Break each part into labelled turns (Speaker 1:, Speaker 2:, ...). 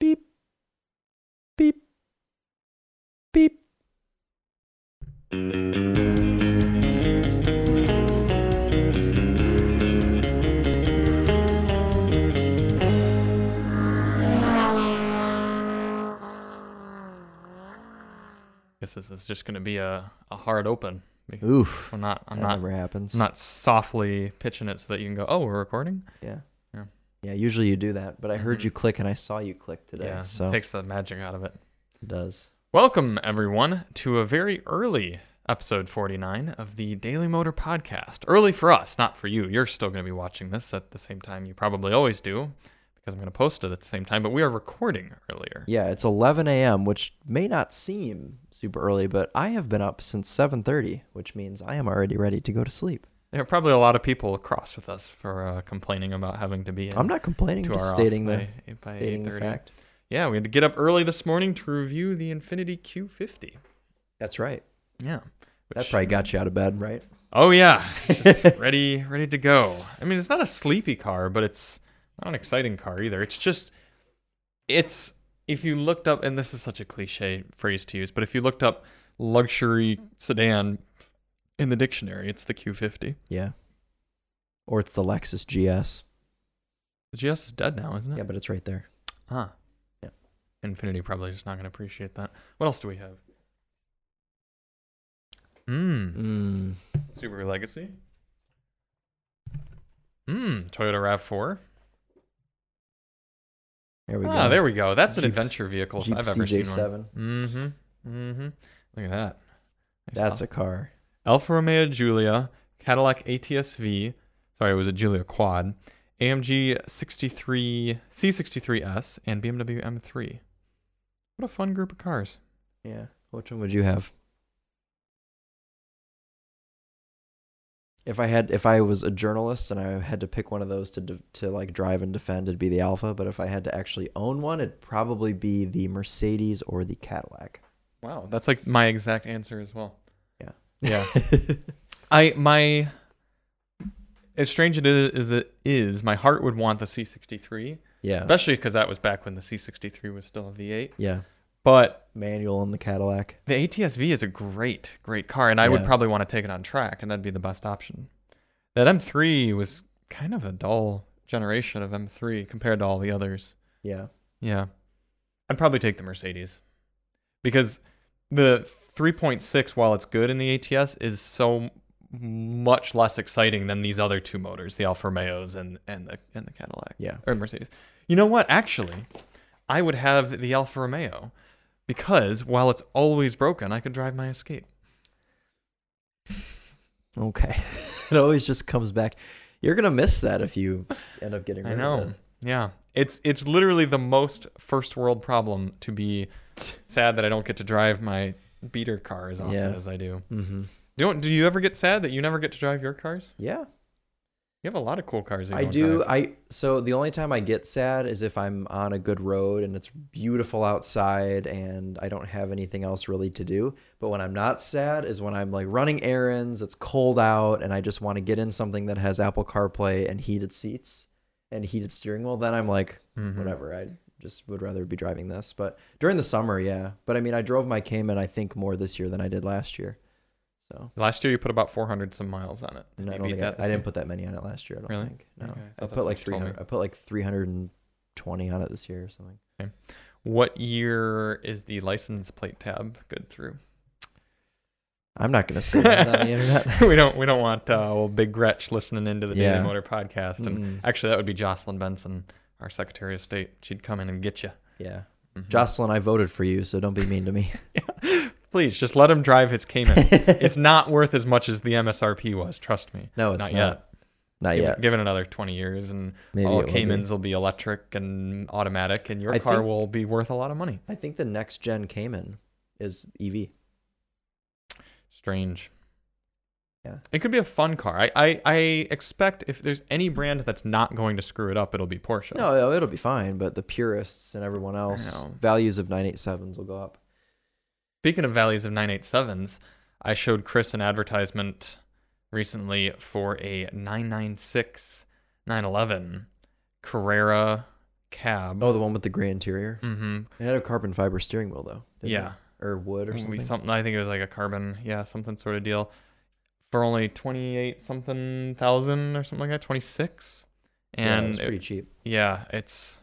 Speaker 1: Beep. Beep. Beep.
Speaker 2: guess this is just going to be a, a hard open. because
Speaker 1: Oof.
Speaker 2: We're not. I'm
Speaker 1: that
Speaker 2: not.
Speaker 1: never happens.
Speaker 2: I'm not softly pitching it so that you can go. Oh, we're recording.
Speaker 1: yeah.
Speaker 2: Yeah.
Speaker 1: Yeah. Usually you do that, but I heard
Speaker 2: Mhm.
Speaker 1: you click and I saw you click today.
Speaker 2: yeah.
Speaker 1: so
Speaker 2: takes the magic out of it.
Speaker 1: it does.
Speaker 2: Welcome everyone to a very early episode 49 of the Daily Motor Podcast. Early for us, not for you. You're still going to be watching this at the same time you probably always do, because I'm going to post it at the same time. But we are recording earlier.
Speaker 1: Yeah. It's 11 a.m., which may not seem super early, but I have been up since 7:30, which means I am already ready to go to sleep.
Speaker 2: There are probably a lot of people across with us for uh, complaining about having to be. in
Speaker 1: I'm not complaining.
Speaker 2: two
Speaker 1: Just
Speaker 2: hour off
Speaker 1: stating the
Speaker 2: by, by
Speaker 1: stating the
Speaker 2: 8:30.
Speaker 1: fact.
Speaker 2: Yeah, we had to get up early this morning to review the Infinity Q50.
Speaker 1: That's right.
Speaker 2: Yeah.
Speaker 1: That
Speaker 2: which-
Speaker 1: probably got you out of bed, right?
Speaker 2: Oh yeah, just ready, ready to go. I mean, it's not a sleepy car, but it's not an exciting car either. It's just, it's if you looked up, and this is such a cliche phrase to use, but if you looked up luxury sedan in the dictionary, it's the Q50.
Speaker 1: Yeah. Or it's the Lexus GS.
Speaker 2: The GS is dead now, isn't it?
Speaker 1: Yeah, but it's right there.
Speaker 2: Huh.
Speaker 1: Yeah.
Speaker 2: Infinity probably just not going to appreciate that. What else do we have? Mmm.
Speaker 1: Mm.
Speaker 2: Subaru Legacy. Mmm. Toyota RAV4.
Speaker 1: There we go.
Speaker 2: Ah, there we go. That's an
Speaker 1: Jeep-
Speaker 2: adventure vehicle if
Speaker 1: Jeep
Speaker 2: I've ever seen one.
Speaker 1: CJ7.
Speaker 2: Mm-hmm. Mm-hmm. Look at that. Nice
Speaker 1: That's
Speaker 2: Al-
Speaker 1: a car.
Speaker 2: Alfa Romeo Giulia, Cadillac ATS-V. Sorry, it was a Giulia quad. AMG 63 C63S and BMW M3. What a fun group of cars.
Speaker 1: Yeah. Which one would you have? If I had, if I was a journalist and I had to pick one of those to de- to like drive and defend, it'd be the Alpha. But if I had to actually own one, it'd probably be the Mercedes or the Cadillac.
Speaker 2: Wow, that's like my exact answer as well.
Speaker 1: Yeah.
Speaker 2: Yeah. I my as strange it is as it is, my heart would want the C63,
Speaker 1: yeah.
Speaker 2: especially because that was back when the C63 was still a V8.
Speaker 1: Yeah.
Speaker 2: But
Speaker 1: Manual on the Cadillac.
Speaker 2: the ATS-V is a great, great car, and I would
Speaker 1: Yeah.
Speaker 2: probably want to take it on track, and that'd be the best option. That M3 was kind of a dull generation of M3 compared to all the others.
Speaker 1: Yeah.
Speaker 2: Yeah. I'd probably take the Mercedes because the 3.6, while it's good in the ATS, is so much less exciting than these other two motors, the Alfa Romeos and, and, the, and the Cadillac
Speaker 1: Yeah.
Speaker 2: or Mercedes. You know what? Actually, I would have the Alfa Romeo because while it's always broken, I could drive my Escape.
Speaker 1: Okay. it always just comes back. You're gonna miss that if you end up getting rid
Speaker 2: I
Speaker 1: of
Speaker 2: know.
Speaker 1: it.
Speaker 2: Yeah. It's it's literally the most first world problem to be sad that I don't get to drive my beater car as often
Speaker 1: Yeah.
Speaker 2: as I do.
Speaker 1: Mm-hmm.
Speaker 2: Don't do you ever get sad that you never get to drive your cars?
Speaker 1: Yeah.
Speaker 2: You have a lot of cool cars. That you
Speaker 1: I
Speaker 2: don't
Speaker 1: do.
Speaker 2: drive.
Speaker 1: I so the only time I get sad is if I'm on a good road and it's beautiful outside and I don't have anything else really to do. But when I'm not sad is when I'm like running errands, it's cold out, and I just want to get in something that has Apple CarPlay and heated seats and heated steering wheel. Then I'm like,
Speaker 2: Mhm.
Speaker 1: whatever. I just would rather be driving this. But during the summer, yeah. But I mean, I drove my Cayman I think more this year than I did last year. So
Speaker 2: Mm-hmm. Last year you put about 400 some miles on it.
Speaker 1: and
Speaker 2: You
Speaker 1: I don't
Speaker 2: beat
Speaker 1: think I,
Speaker 2: that
Speaker 1: I
Speaker 2: this
Speaker 1: didn't
Speaker 2: year?
Speaker 1: put that many on it last year. I don't
Speaker 2: Really?
Speaker 1: think. No,
Speaker 2: Okay, I
Speaker 1: I
Speaker 2: thought that's
Speaker 1: put like
Speaker 2: what you told
Speaker 1: three
Speaker 2: me.
Speaker 1: hundred. I put like three hundred and twenty on it this year or something.
Speaker 2: What year is the license plate tab good through?
Speaker 1: I'm not gonna say that on the internet.
Speaker 2: we don't we don't want uh, old Big Gretch listening into the
Speaker 1: Yeah. Mm.
Speaker 2: Daily Motor podcast. And
Speaker 1: Mm-mm.
Speaker 2: actually, that would be Jocelyn Benson, our Secretary of State. She'd come in and get you.
Speaker 1: Yeah,
Speaker 2: Mhm.
Speaker 1: Jocelyn, I voted for you, so don't be mean to me.
Speaker 2: Please just let him drive his Cayman. it's not worth as much as the MSRP was. Trust me.
Speaker 1: No, it's
Speaker 2: not,
Speaker 1: not.
Speaker 2: yet.
Speaker 1: Not
Speaker 2: Give-
Speaker 1: yet.
Speaker 2: Give it another 20 years and
Speaker 1: Uh, Maybe
Speaker 2: all
Speaker 1: it will be.
Speaker 2: Caymans will be electric and automatic, and your
Speaker 1: I
Speaker 2: car
Speaker 1: think-
Speaker 2: will be worth a lot of money.
Speaker 1: I think the next gen Cayman is E EV.
Speaker 2: Strange.
Speaker 1: Yeah.
Speaker 2: It could be a fun car. I, I, I expect if there's any brand that's not going to screw it up, it'll be Porsche.
Speaker 1: No, oh, it'll- it'll be fine, but the purists and everyone else
Speaker 2: know.
Speaker 1: values of 987s will go up.
Speaker 2: Speaking of values of 987s, I showed Chris an advertisement recently for a 996 911 Carrera cab.
Speaker 1: Oh, the one with the gray interior.
Speaker 2: mm-hmm.
Speaker 1: It had a carbon fiber steering wheel though. didn't
Speaker 2: Yeah.
Speaker 1: it? Or wood or
Speaker 2: We-
Speaker 1: something.
Speaker 2: something. I think it was like a carbon, yeah, something sort of deal. For only twenty eight something thousand or something like that, twenty six.
Speaker 1: Yeah, it
Speaker 2: And
Speaker 1: was
Speaker 2: it-
Speaker 1: pretty cheap.
Speaker 2: yeah, it's.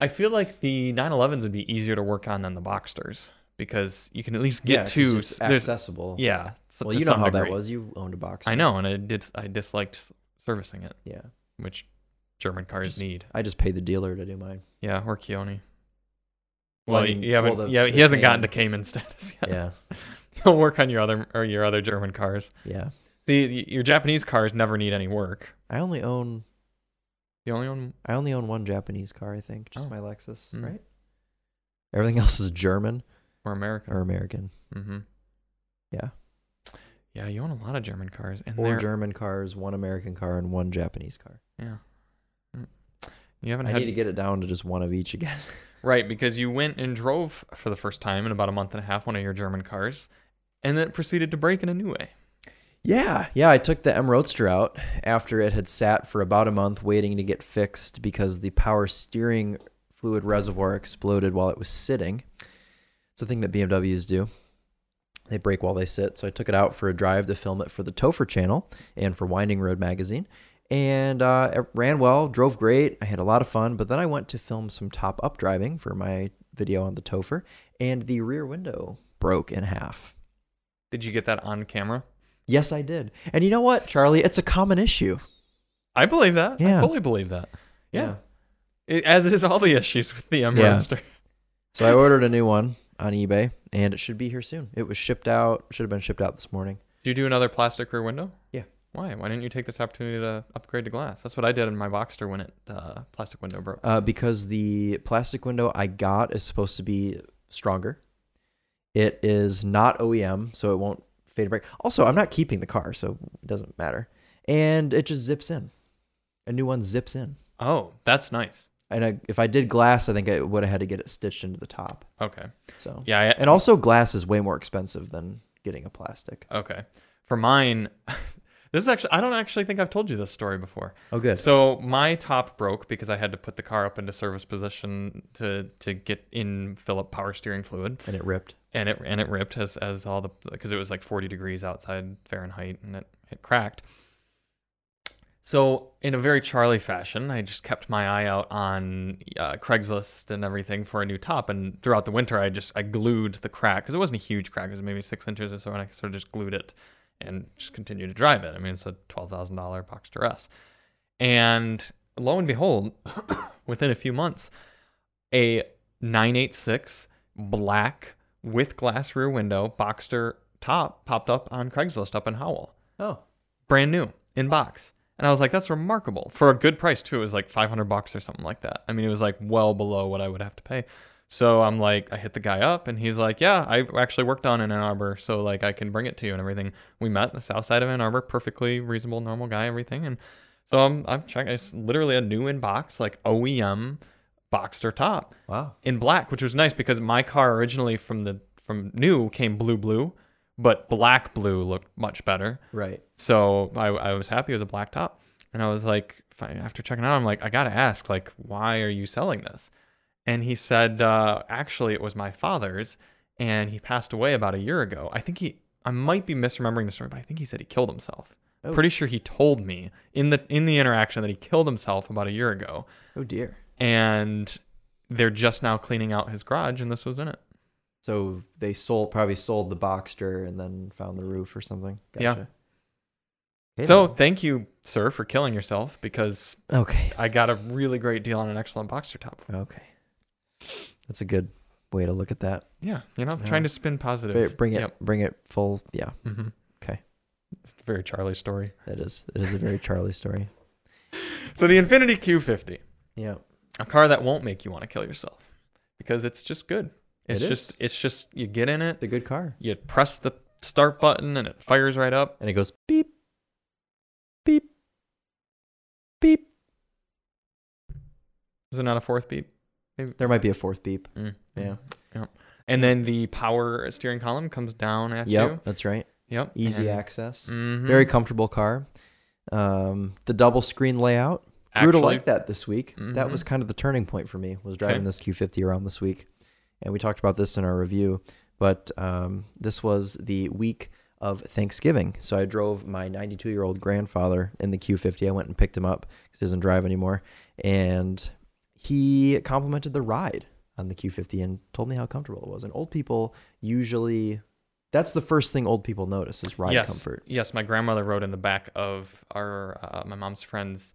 Speaker 2: I feel like the 911s would be easier to work on than the Boxsters because you can at least
Speaker 1: Yeah,
Speaker 2: get
Speaker 1: 'cause
Speaker 2: to.
Speaker 1: it's
Speaker 2: s- There's,
Speaker 1: accessible.
Speaker 2: yeah. s-
Speaker 1: Well,
Speaker 2: to
Speaker 1: you know
Speaker 2: some
Speaker 1: how that
Speaker 2: degree.
Speaker 1: was. You owned a box.
Speaker 2: I know, and I did. I disliked s- servicing it,
Speaker 1: Yeah.
Speaker 2: which German cars
Speaker 1: Just-
Speaker 2: need.
Speaker 1: I just paid the dealer to do mine.
Speaker 2: Yeah, or Keone.
Speaker 1: Well,
Speaker 2: Well,
Speaker 1: I mean,
Speaker 2: you haven't.
Speaker 1: well, the-
Speaker 2: yeah,
Speaker 1: the
Speaker 2: he hasn't gotten
Speaker 1: Cayman.
Speaker 2: to Cayman status yet.
Speaker 1: Yeah.
Speaker 2: He'll work on your other or your other German cars.
Speaker 1: yeah.
Speaker 2: See, y- your Japanese cars never need any work.
Speaker 1: I only own
Speaker 2: The only one.
Speaker 1: I only own one Japanese car, I think, just
Speaker 2: Oh.
Speaker 1: my Lexus,
Speaker 2: Mm.
Speaker 1: right? Everything else is German
Speaker 2: Or American.
Speaker 1: or American
Speaker 2: Mm-hmm.
Speaker 1: Yeah.
Speaker 2: Yeah, you own a lot of German cars, and
Speaker 1: or
Speaker 2: they're
Speaker 1: German cars, one American car and one Japanese car.
Speaker 2: yeah. Mm. You haven't
Speaker 1: I
Speaker 2: had
Speaker 1: need to get it down to just one of each again.
Speaker 2: right because you went and drove for the first time in about a month and a half one of your German cars, and then proceeded to break in a new way.
Speaker 1: Yeah, yeah, I took the M Roadster out after it had sat for about a month waiting to get fixed because the power steering fluid reservoir exploded while it was sitting. It's a thing that BMWs do. They break while they sit. So I took it out for a drive to film it for the Topher channel and for Winding Road magazine. And uh, it ran well, drove great. I had a lot of fun. But then I went to film some top up driving for my video on the Topher, and the rear window broke in half.
Speaker 2: Did you get that on camera?
Speaker 1: Yes, I did. And you know what, Charlie? It's a common issue.
Speaker 2: I believe that. I
Speaker 1: Yeah.
Speaker 2: fully believe that. Yeah. It- as is all the issues with the M
Speaker 1: Yeah.
Speaker 2: Roadster.
Speaker 1: So I ordered a new one on eBay, and it should be here soon. It was shipped out. Should have been shipped out this morning.
Speaker 2: Do you do another plastic rear window?
Speaker 1: Yeah.
Speaker 2: Why? Why didn't you take this opportunity to upgrade to glass? That's what I did in my Boxster when it uh, plastic window broke.
Speaker 1: Uh, because the plastic window I got is supposed to be stronger. It is not OEM, so it won't fade and break. Also, I'm not keeping the car, so it doesn't matter. And it just zips in. A new one zips in.
Speaker 2: Oh, that's nice.
Speaker 1: And I, if I did glass, I think I would have had to get it stitched into the top.
Speaker 2: Okay.
Speaker 1: So,
Speaker 2: Yeah. I,
Speaker 1: and also glass is way more expensive than getting a plastic.
Speaker 2: okay. For mine, this is actually I don't actually think I've told you this story before.
Speaker 1: Oh, good.
Speaker 2: So my top broke because I had to put the car up into service position to to get in fill up power steering fluid.
Speaker 1: and it ripped.
Speaker 2: and it and it ripped as as all the because it was like 40 degrees outside Fahrenheit and it it cracked. So in a very Charlie fashion, I just kept my eye out on uh, Craigslist and everything for a new top. And throughout the winter, I just I glued the crack because it wasn't a huge crack; it was maybe six inches or so, and I sort of just glued it and just continued to drive it. I mean, it's a twelve thousand dollar Boxster S, and lo and behold, within a few months, a nine eight six black with glass rear window Boxster top popped up on Craigslist up in Howell.
Speaker 1: Oh,
Speaker 2: Brand new in box. And I was like, that's remarkable for a good price too. It was like 500 bucks or something like that. I mean, it was like well below what I would have to pay. So I'm like, I hit the guy up and he's like, yeah, I actually worked on in Ann Arbor. So like I can bring it to you and everything. We met in the south side of Ann Arbor, perfectly reasonable, normal guy, everything. And so I'm, I'm checking, it's literally a new in box, like OEM Boxster top
Speaker 1: wow.
Speaker 2: in black, which was nice because my car originally from the from new came blue blue, but black blue looked much better.
Speaker 1: Right.
Speaker 2: So I, I was happy it was a black top, and I was like, fi- after checking out, I'm like, I gotta ask, like, why are you selling this? And he said, uh, actually, it was my father's, and he passed away about a year ago. I think he, I might be misremembering the story, but I think he said he killed himself.
Speaker 1: Oh.
Speaker 2: Pretty sure he told me in the in the interaction that he killed himself about a year ago
Speaker 1: Oh dear.
Speaker 2: and they're just now cleaning out his garage and this was in it
Speaker 1: So they sold probably sold the Boxster and then found the roof or something.
Speaker 2: Yeah.
Speaker 1: Gotcha. Hey,
Speaker 2: so thank you sir for killing yourself because
Speaker 1: man. okay,
Speaker 2: i got a really great deal on an excellent boxer top
Speaker 1: okay, that's a good way to look at that.
Speaker 2: yeah you know i'm
Speaker 1: Yeah.
Speaker 2: trying to spin
Speaker 1: Br-
Speaker 2: positive
Speaker 1: Bring it,
Speaker 2: Yep.
Speaker 1: bring it full. Yeah,
Speaker 2: Mhm.
Speaker 1: Okay.
Speaker 2: it's a very charlie story
Speaker 1: that is it is a very Charlie story.
Speaker 2: so the infinity q50
Speaker 1: Yeah,
Speaker 2: a car that won't make you want to kill yourself because it's just good it's
Speaker 1: It is.
Speaker 2: just it's just you get in
Speaker 1: it's a
Speaker 2: it
Speaker 1: good car,
Speaker 2: you press the start button and it fires right up
Speaker 1: and it goes beep, beep, beep.
Speaker 2: is it not a fourth beep
Speaker 1: There might be a fourth beep.
Speaker 2: Mm.
Speaker 1: Yeah.
Speaker 2: and then the power steering column comes down at
Speaker 1: Yep,
Speaker 2: you
Speaker 1: that's right.
Speaker 2: yep
Speaker 1: Easy
Speaker 2: and-
Speaker 1: access.
Speaker 2: Mhm.
Speaker 1: Very comfortable car. Um, the double screen layout, grew to
Speaker 2: actually
Speaker 1: like that this week. That
Speaker 2: Mhm.
Speaker 1: was kind of the turning point for me. Was driving
Speaker 2: Okay.
Speaker 1: this Q50 around this week, and we talked about this in our review. But um, this was the week of Thanksgiving, so I drove my 92 year old grandfather in the Q50. I went and picked him up because he doesn't drive anymore, and he complimented the ride on the Q50 and told me how comfortable it was. And old people usually. That's the first thing old people notice is ride
Speaker 2: yes,
Speaker 1: comfort.
Speaker 2: Yes, my grandmother rode in the back of our uh, my mom's friend's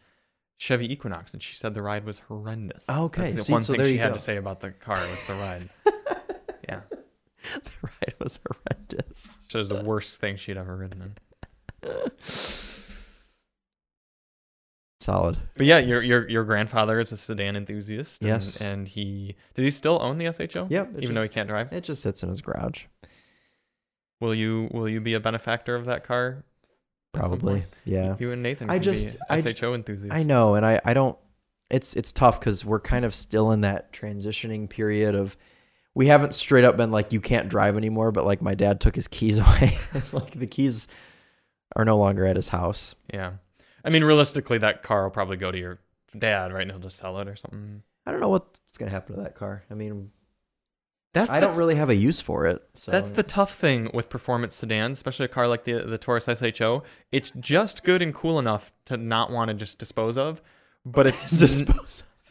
Speaker 2: Chevy Equinox, and she said the ride was horrendous.
Speaker 1: Ah, Okay,
Speaker 2: That's the
Speaker 1: see,
Speaker 2: one
Speaker 1: so
Speaker 2: thing
Speaker 1: there
Speaker 2: she
Speaker 1: you
Speaker 2: had
Speaker 1: go.
Speaker 2: to say about the car was the ride. yeah,
Speaker 1: The ride was horrendous.
Speaker 2: so it was the worst thing she'd ever ridden in.
Speaker 1: Solid.
Speaker 2: But yeah, your your your grandfather is a sedan enthusiast. and-
Speaker 1: Yes.
Speaker 2: and, he did he still own the SHO?
Speaker 1: Yep. it
Speaker 2: even though he
Speaker 1: just-
Speaker 2: can't drive.
Speaker 1: It just sits in his garage.
Speaker 2: Will you will you be a benefactor of that car? at some
Speaker 1: Probably.
Speaker 2: point?
Speaker 1: Yeah.
Speaker 2: You and Nathan.
Speaker 1: I
Speaker 2: can
Speaker 1: just-
Speaker 2: be
Speaker 1: I-
Speaker 2: SHO enthusiasts.
Speaker 1: I know, and I, I don't it's it's tough because we're kind of still in that transitioning period of we haven't straight up been like you can't drive anymore, but like my dad took his keys away. like the keys are no longer at his house.
Speaker 2: Yeah, I mean realistically, that car will probably go to your dad, right? And he'll just sell it or something.
Speaker 1: I don't know what's gonna happen to that car. I mean
Speaker 2: That's
Speaker 1: I
Speaker 2: the,
Speaker 1: don't really have a use for it. So
Speaker 2: That's the tough thing with performance sedans, especially a car like the the Taurus SHO. It's just good and cool enough to not want to just dispose of, but it's
Speaker 1: just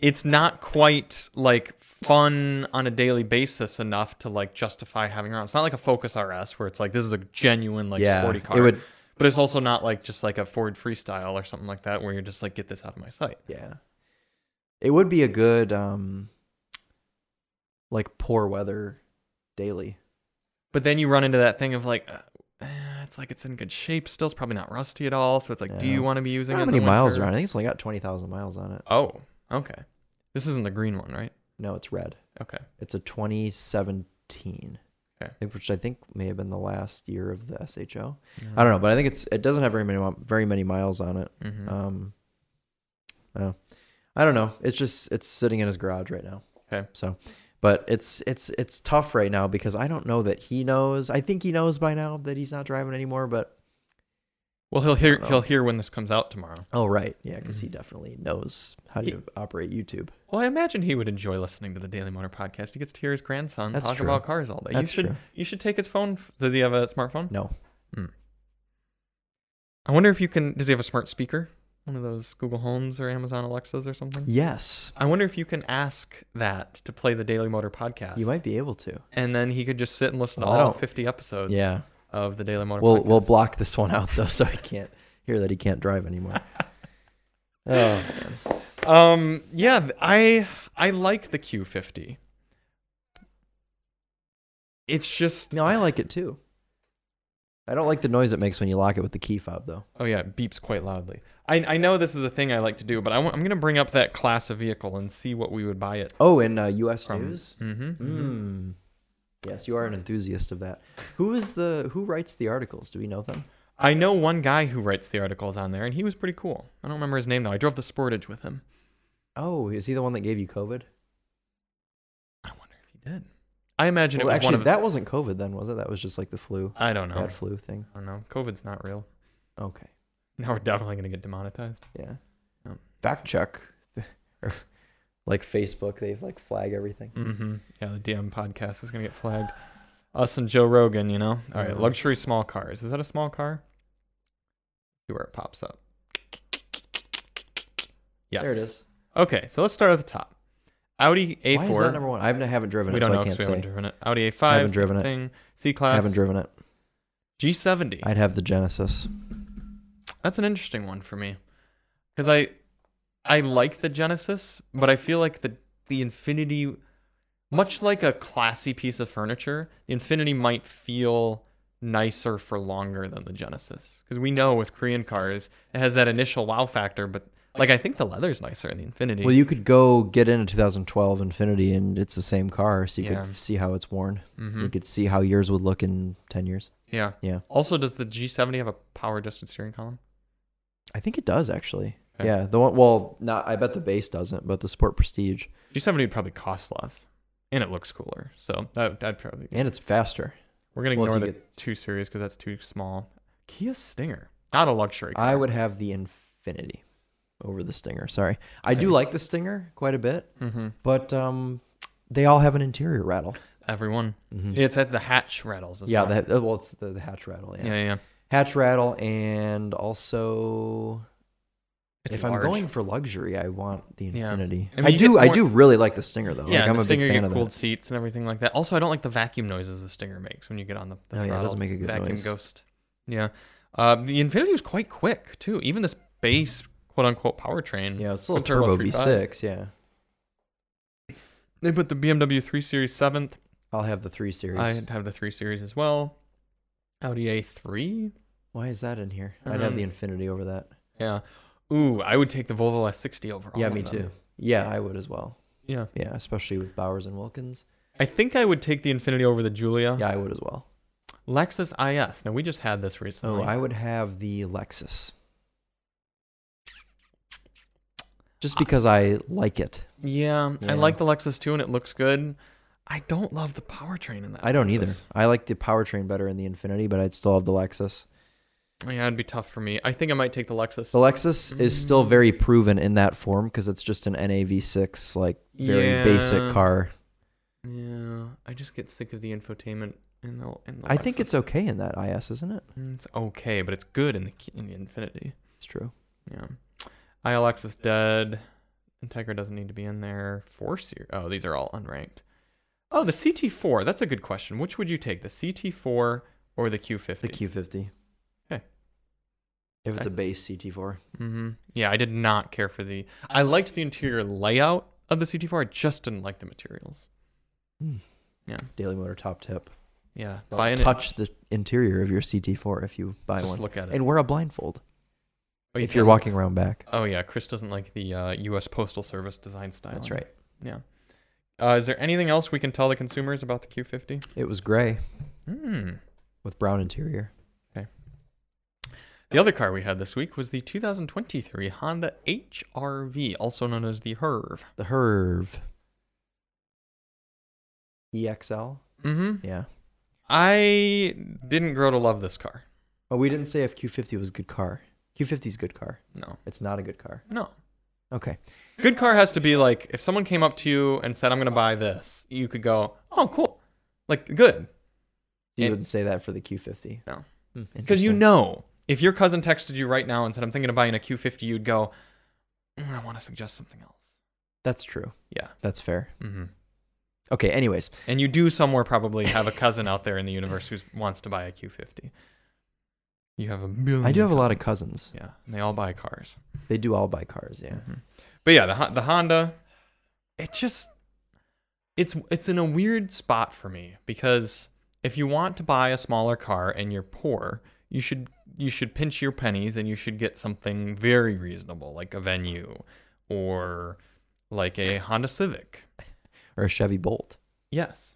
Speaker 2: it's not quite like fun on a daily basis enough to like justify having around. It's not like a Focus RS where it's like this is a genuine like
Speaker 1: yeah,
Speaker 2: sporty car.
Speaker 1: It would
Speaker 2: but it's also not like just like a Ford Freestyle or something like that where you're just like get this out of my sight.
Speaker 1: Yeah. It would be a good um like poor weather daily.
Speaker 2: But then you run into that thing of like uh, eh, it's like it's in good shape still. It's probably not rusty at all. So it's like, do
Speaker 1: Yeah.
Speaker 2: you want to be using it?
Speaker 1: How
Speaker 2: in
Speaker 1: many
Speaker 2: the
Speaker 1: miles
Speaker 2: winter?
Speaker 1: are on it? I think it's only got 20,000 miles on it.
Speaker 2: Oh, okay. This isn't the green one, right?
Speaker 1: No, it's red.
Speaker 2: Okay.
Speaker 1: It's a 2017.
Speaker 2: Okay.
Speaker 1: Like, Which I think may have been the last year of the SHO. I don't know, but I think it's it doesn't have very many mi- very many miles on it.
Speaker 2: hmm
Speaker 1: Um oh, I don't know. It's just it's sitting in his garage right now.
Speaker 2: Okay.
Speaker 1: So, but it's it's it's tough right now because I don't know that he knows. I think he knows by now that he's not driving anymore, but
Speaker 2: well, he'll
Speaker 1: I
Speaker 2: hear
Speaker 1: don't know.
Speaker 2: he'll hear when this comes out tomorrow.
Speaker 1: oh right. Yeah, cuz he
Speaker 2: Mhm.
Speaker 1: definitely knows how to
Speaker 2: He-
Speaker 1: operate YouTube.
Speaker 2: Well, I imagine he would enjoy listening to the Daily Motor podcast. He gets to hear his grandson
Speaker 1: That's
Speaker 2: talk
Speaker 1: true.
Speaker 2: about cars all day.
Speaker 1: That's
Speaker 2: you should
Speaker 1: true.
Speaker 2: you should take his phone. f- Does he have a smartphone? Hmm.
Speaker 1: No.
Speaker 2: I wonder if you can. Does he have a smart speaker? One of those Google Homes or Amazon Alexas or something.
Speaker 1: Yes.
Speaker 2: I wonder if you can ask that to play the Daily Motor podcast.
Speaker 1: You might be able to.
Speaker 2: and then he could just sit and listen
Speaker 1: Well, I
Speaker 2: to all
Speaker 1: don't-
Speaker 2: 50 episodes
Speaker 1: Yeah.
Speaker 2: of the Daily Motor
Speaker 1: We'll
Speaker 2: podcast.
Speaker 1: we'll block this one out though, so he can't hear that he can't drive anymore. oh man.
Speaker 2: Um. Yeah. th- I I like the Q50. It's just
Speaker 1: No, I like it too. I don't like the noise it makes when you lock it with the key fob though.
Speaker 2: oh yeah, it beeps quite loudly. I I know this is a thing I like to do, but I want, I'm gonna bring up that class of vehicle and see what we would buy it
Speaker 1: Oh, and uh, U.S.
Speaker 2: from.
Speaker 1: news.
Speaker 2: Mm-hmm.
Speaker 1: Mm. Yes, you are an enthusiast of that. Who is the who writes the articles? Do we know them?
Speaker 2: I know one guy who writes the articles on there, and he was pretty cool. I don't remember his name though. I drove the Sportage with him.
Speaker 1: Oh, is he the one that gave you COVID?
Speaker 2: I wonder if he did. I imagine
Speaker 1: Well,
Speaker 2: it was
Speaker 1: actually,
Speaker 2: one of.
Speaker 1: that wasn't COVID then, was it? That was just like the flu,
Speaker 2: I don't know.
Speaker 1: bad flu thing.
Speaker 2: I don't know. COVID's not real.
Speaker 1: Okay,
Speaker 2: Now we're definitely gonna get demonetized.
Speaker 1: yeah.
Speaker 2: Um,
Speaker 1: Fact check. like Facebook, they like flag everything.
Speaker 2: Mm-hmm. Yeah, the DM podcast is gonna get flagged. Us and Joe Rogan, you know. All right,
Speaker 1: Mhm.
Speaker 2: luxury small cars. Is that a small car? See where it pops up. Yes.
Speaker 1: There it is.
Speaker 2: Okay, so let's start at the top. Audi A4.
Speaker 1: Why is that number one? I haven't, I haven't driven it,
Speaker 2: we don't
Speaker 1: so
Speaker 2: know
Speaker 1: I
Speaker 2: because
Speaker 1: can't
Speaker 2: we
Speaker 1: say.
Speaker 2: haven't driven it. Audi A5.
Speaker 1: Haven't driven it.
Speaker 2: thing. C
Speaker 1: I
Speaker 2: class.
Speaker 1: haven't driven it.
Speaker 2: G70.
Speaker 1: I'd have the Genesis.
Speaker 2: That's an interesting one for me, because I, I like the Genesis, but I feel like the the Infinity, much like a classy piece of furniture, the Infinity might feel nicer for longer than the Genesis, because we know with Korean cars it has that initial wow factor, but like I think the leather's nicer in the Infinity.
Speaker 1: Well, you could go get in a 2012 Infinity, and it's the same car, so you
Speaker 2: Yeah.
Speaker 1: could see how it's worn.
Speaker 2: hmm
Speaker 1: You could see how yours would look in 10 years.
Speaker 2: Yeah.
Speaker 1: Yeah.
Speaker 2: Also, does the G70 have a power adjusted steering column?
Speaker 1: I think it does actually.
Speaker 2: Okay.
Speaker 1: Yeah, the one. Well, not. I bet the base doesn't, but the Sport Prestige,
Speaker 2: G70 would probably cost less, and it looks cooler, so that that'd probably.
Speaker 1: and it's faster.
Speaker 2: We're gonna
Speaker 1: Well, if
Speaker 2: ignore
Speaker 1: you
Speaker 2: the two series because that's too small. Kia Stinger, not a luxury. Car.
Speaker 1: I would have the Infinity. over the Stinger. Sorry, I do
Speaker 2: Same.
Speaker 1: like the Stinger quite a bit,
Speaker 2: Mm-hmm.
Speaker 1: but um, they all have an interior rattle.
Speaker 2: Everyone.
Speaker 1: Mhm.
Speaker 2: It's at the hatch rattles. As
Speaker 1: Yeah,
Speaker 2: well.
Speaker 1: that well, it's the, the hatch rattle. Yeah.
Speaker 2: yeah, yeah.
Speaker 1: hatch rattle, and also
Speaker 2: It's
Speaker 1: if
Speaker 2: large.
Speaker 1: I'm going for luxury, I want the
Speaker 2: Yeah.
Speaker 1: Infinity.
Speaker 2: I mean,
Speaker 1: I,
Speaker 2: you get
Speaker 1: do, I
Speaker 2: more-
Speaker 1: do really like the Stinger though.
Speaker 2: yeah,
Speaker 1: like, I'm
Speaker 2: the
Speaker 1: a
Speaker 2: stinger
Speaker 1: big fan
Speaker 2: you
Speaker 1: of
Speaker 2: get
Speaker 1: that.
Speaker 2: cooled seats and everything like that. Also, I don't like the vacuum noises the stinger makes when you get on the, the
Speaker 1: Oh, yeah, it
Speaker 2: throttle.
Speaker 1: doesn't make a good
Speaker 2: vacuum
Speaker 1: noise.
Speaker 2: ghost. Yeah, uh, the Infinity was quite quick too. Even this base quote unquote powertrain.
Speaker 1: Yeah, it's still a
Speaker 2: The turbo
Speaker 1: turbo V6. Yeah,
Speaker 2: They put the BMW 3 Series seventh.
Speaker 1: I'll have the three series.
Speaker 2: I'd have the 3 Series as well. Audi A3.
Speaker 1: Why is that in here? I'd have the
Speaker 2: Um,
Speaker 1: Infinity over that.
Speaker 2: Yeah. Ooh, I would take the Volvo S60 over. all
Speaker 1: Yeah,
Speaker 2: of
Speaker 1: me
Speaker 2: them.
Speaker 1: too. Yeah, I would as well.
Speaker 2: Yeah,
Speaker 1: Yeah, especially with Bowers and Wilkins.
Speaker 2: I think I would take the Infinity over the Julia.
Speaker 1: Yeah, I would as well.
Speaker 2: Lexus IS. Now we just had this
Speaker 1: So
Speaker 2: recently.
Speaker 1: Oh, I would have the Lexus. Just because I like it.
Speaker 2: Yeah,
Speaker 1: Yeah.
Speaker 2: I like the Lexus too, and it looks good. I don't love the powertrain in that.
Speaker 1: I don't
Speaker 2: Lexus.
Speaker 1: either. I like the powertrain better in the Infinity, but I'd still have the Lexus.
Speaker 2: Yeah, it'd be tough for me. I think I might take the Lexus.
Speaker 1: The Lexus is still very proven in that form because it's just an NAV6, like very basic
Speaker 2: Yeah.
Speaker 1: car.
Speaker 2: Yeah, I just get sick of the infotainment in the. In the
Speaker 1: I think it's
Speaker 2: Lexus.
Speaker 1: okay in that IS, isn't it?
Speaker 2: Mm, It's okay, but it's good in the in the Infinity.
Speaker 1: It's true.
Speaker 2: Yeah, ILX is dead. Integra doesn't need to be in there. Four series. Oh, these are all unranked. Oh, the CT4. That's a good question. Which would you take, the CT4 or the Q50?
Speaker 1: The Q50.
Speaker 2: Okay.
Speaker 1: If it's a
Speaker 2: Okay.
Speaker 1: base CT4.
Speaker 2: Mm-hmm. Yeah, I did not care for the. I liked the interior layout of the CT4. I just didn't like the materials.
Speaker 1: Daily Motor top tip.
Speaker 2: Yeah,
Speaker 1: Don't
Speaker 2: buy an
Speaker 1: touch the interior of your CT4 if you buy
Speaker 2: Just
Speaker 1: one,
Speaker 2: look at it.
Speaker 1: and wear a blindfold
Speaker 2: Oh, you
Speaker 1: if you're
Speaker 2: can't-
Speaker 1: walking around back.
Speaker 2: Oh yeah, Chris doesn't like the uh, U.S. Postal Service design style.
Speaker 1: That's right.
Speaker 2: Yeah. Uh, is there anything else we can tell the consumers about the Q50?
Speaker 1: It was gray
Speaker 2: Hmm.
Speaker 1: with brown interior.
Speaker 2: The other car we had this week was the 2023 Honda HRV, also known as the HRV.
Speaker 1: The Herv EXL.
Speaker 2: Mm-hmm.
Speaker 1: E Yeah.
Speaker 2: I didn't grow to love this car.
Speaker 1: Oh, we didn't say if Q50 was a good car. Q50's a good car.
Speaker 2: No.
Speaker 1: It's not a good car.
Speaker 2: No.
Speaker 1: Okay.
Speaker 2: Good car has to be like if someone came up to you and said, "I'm gonna buy this," you could go, "Oh, cool," like good,
Speaker 1: You
Speaker 2: And-
Speaker 1: wouldn't say that for the Q50.
Speaker 2: No.
Speaker 1: Hmm,
Speaker 2: because you
Speaker 1: interesting.
Speaker 2: know if your cousin texted you right now and said, "I'm thinking of buying a Q50," you'd go, "Mm, "I want to suggest something else."
Speaker 1: That's true.
Speaker 2: Yeah.
Speaker 1: That's fair.
Speaker 2: Mm-hmm.
Speaker 1: Okay. Anyways,
Speaker 2: And you do somewhere probably have a cousin out there in the universe who wants to buy a Q50. You have a million.
Speaker 1: I do have a lot of cousins.
Speaker 2: Yeah, and they all buy cars.
Speaker 1: They do all buy cars. Yeah.
Speaker 2: Mhm. But yeah, the Hon- the Honda, it just it's it's in a weird spot for me because if you want to buy a smaller car and you're poor, you should you should pinch your pennies and you should get something very reasonable like a Venue or like a Honda Civic.
Speaker 1: Or a Chevy Bolt.
Speaker 2: Yes.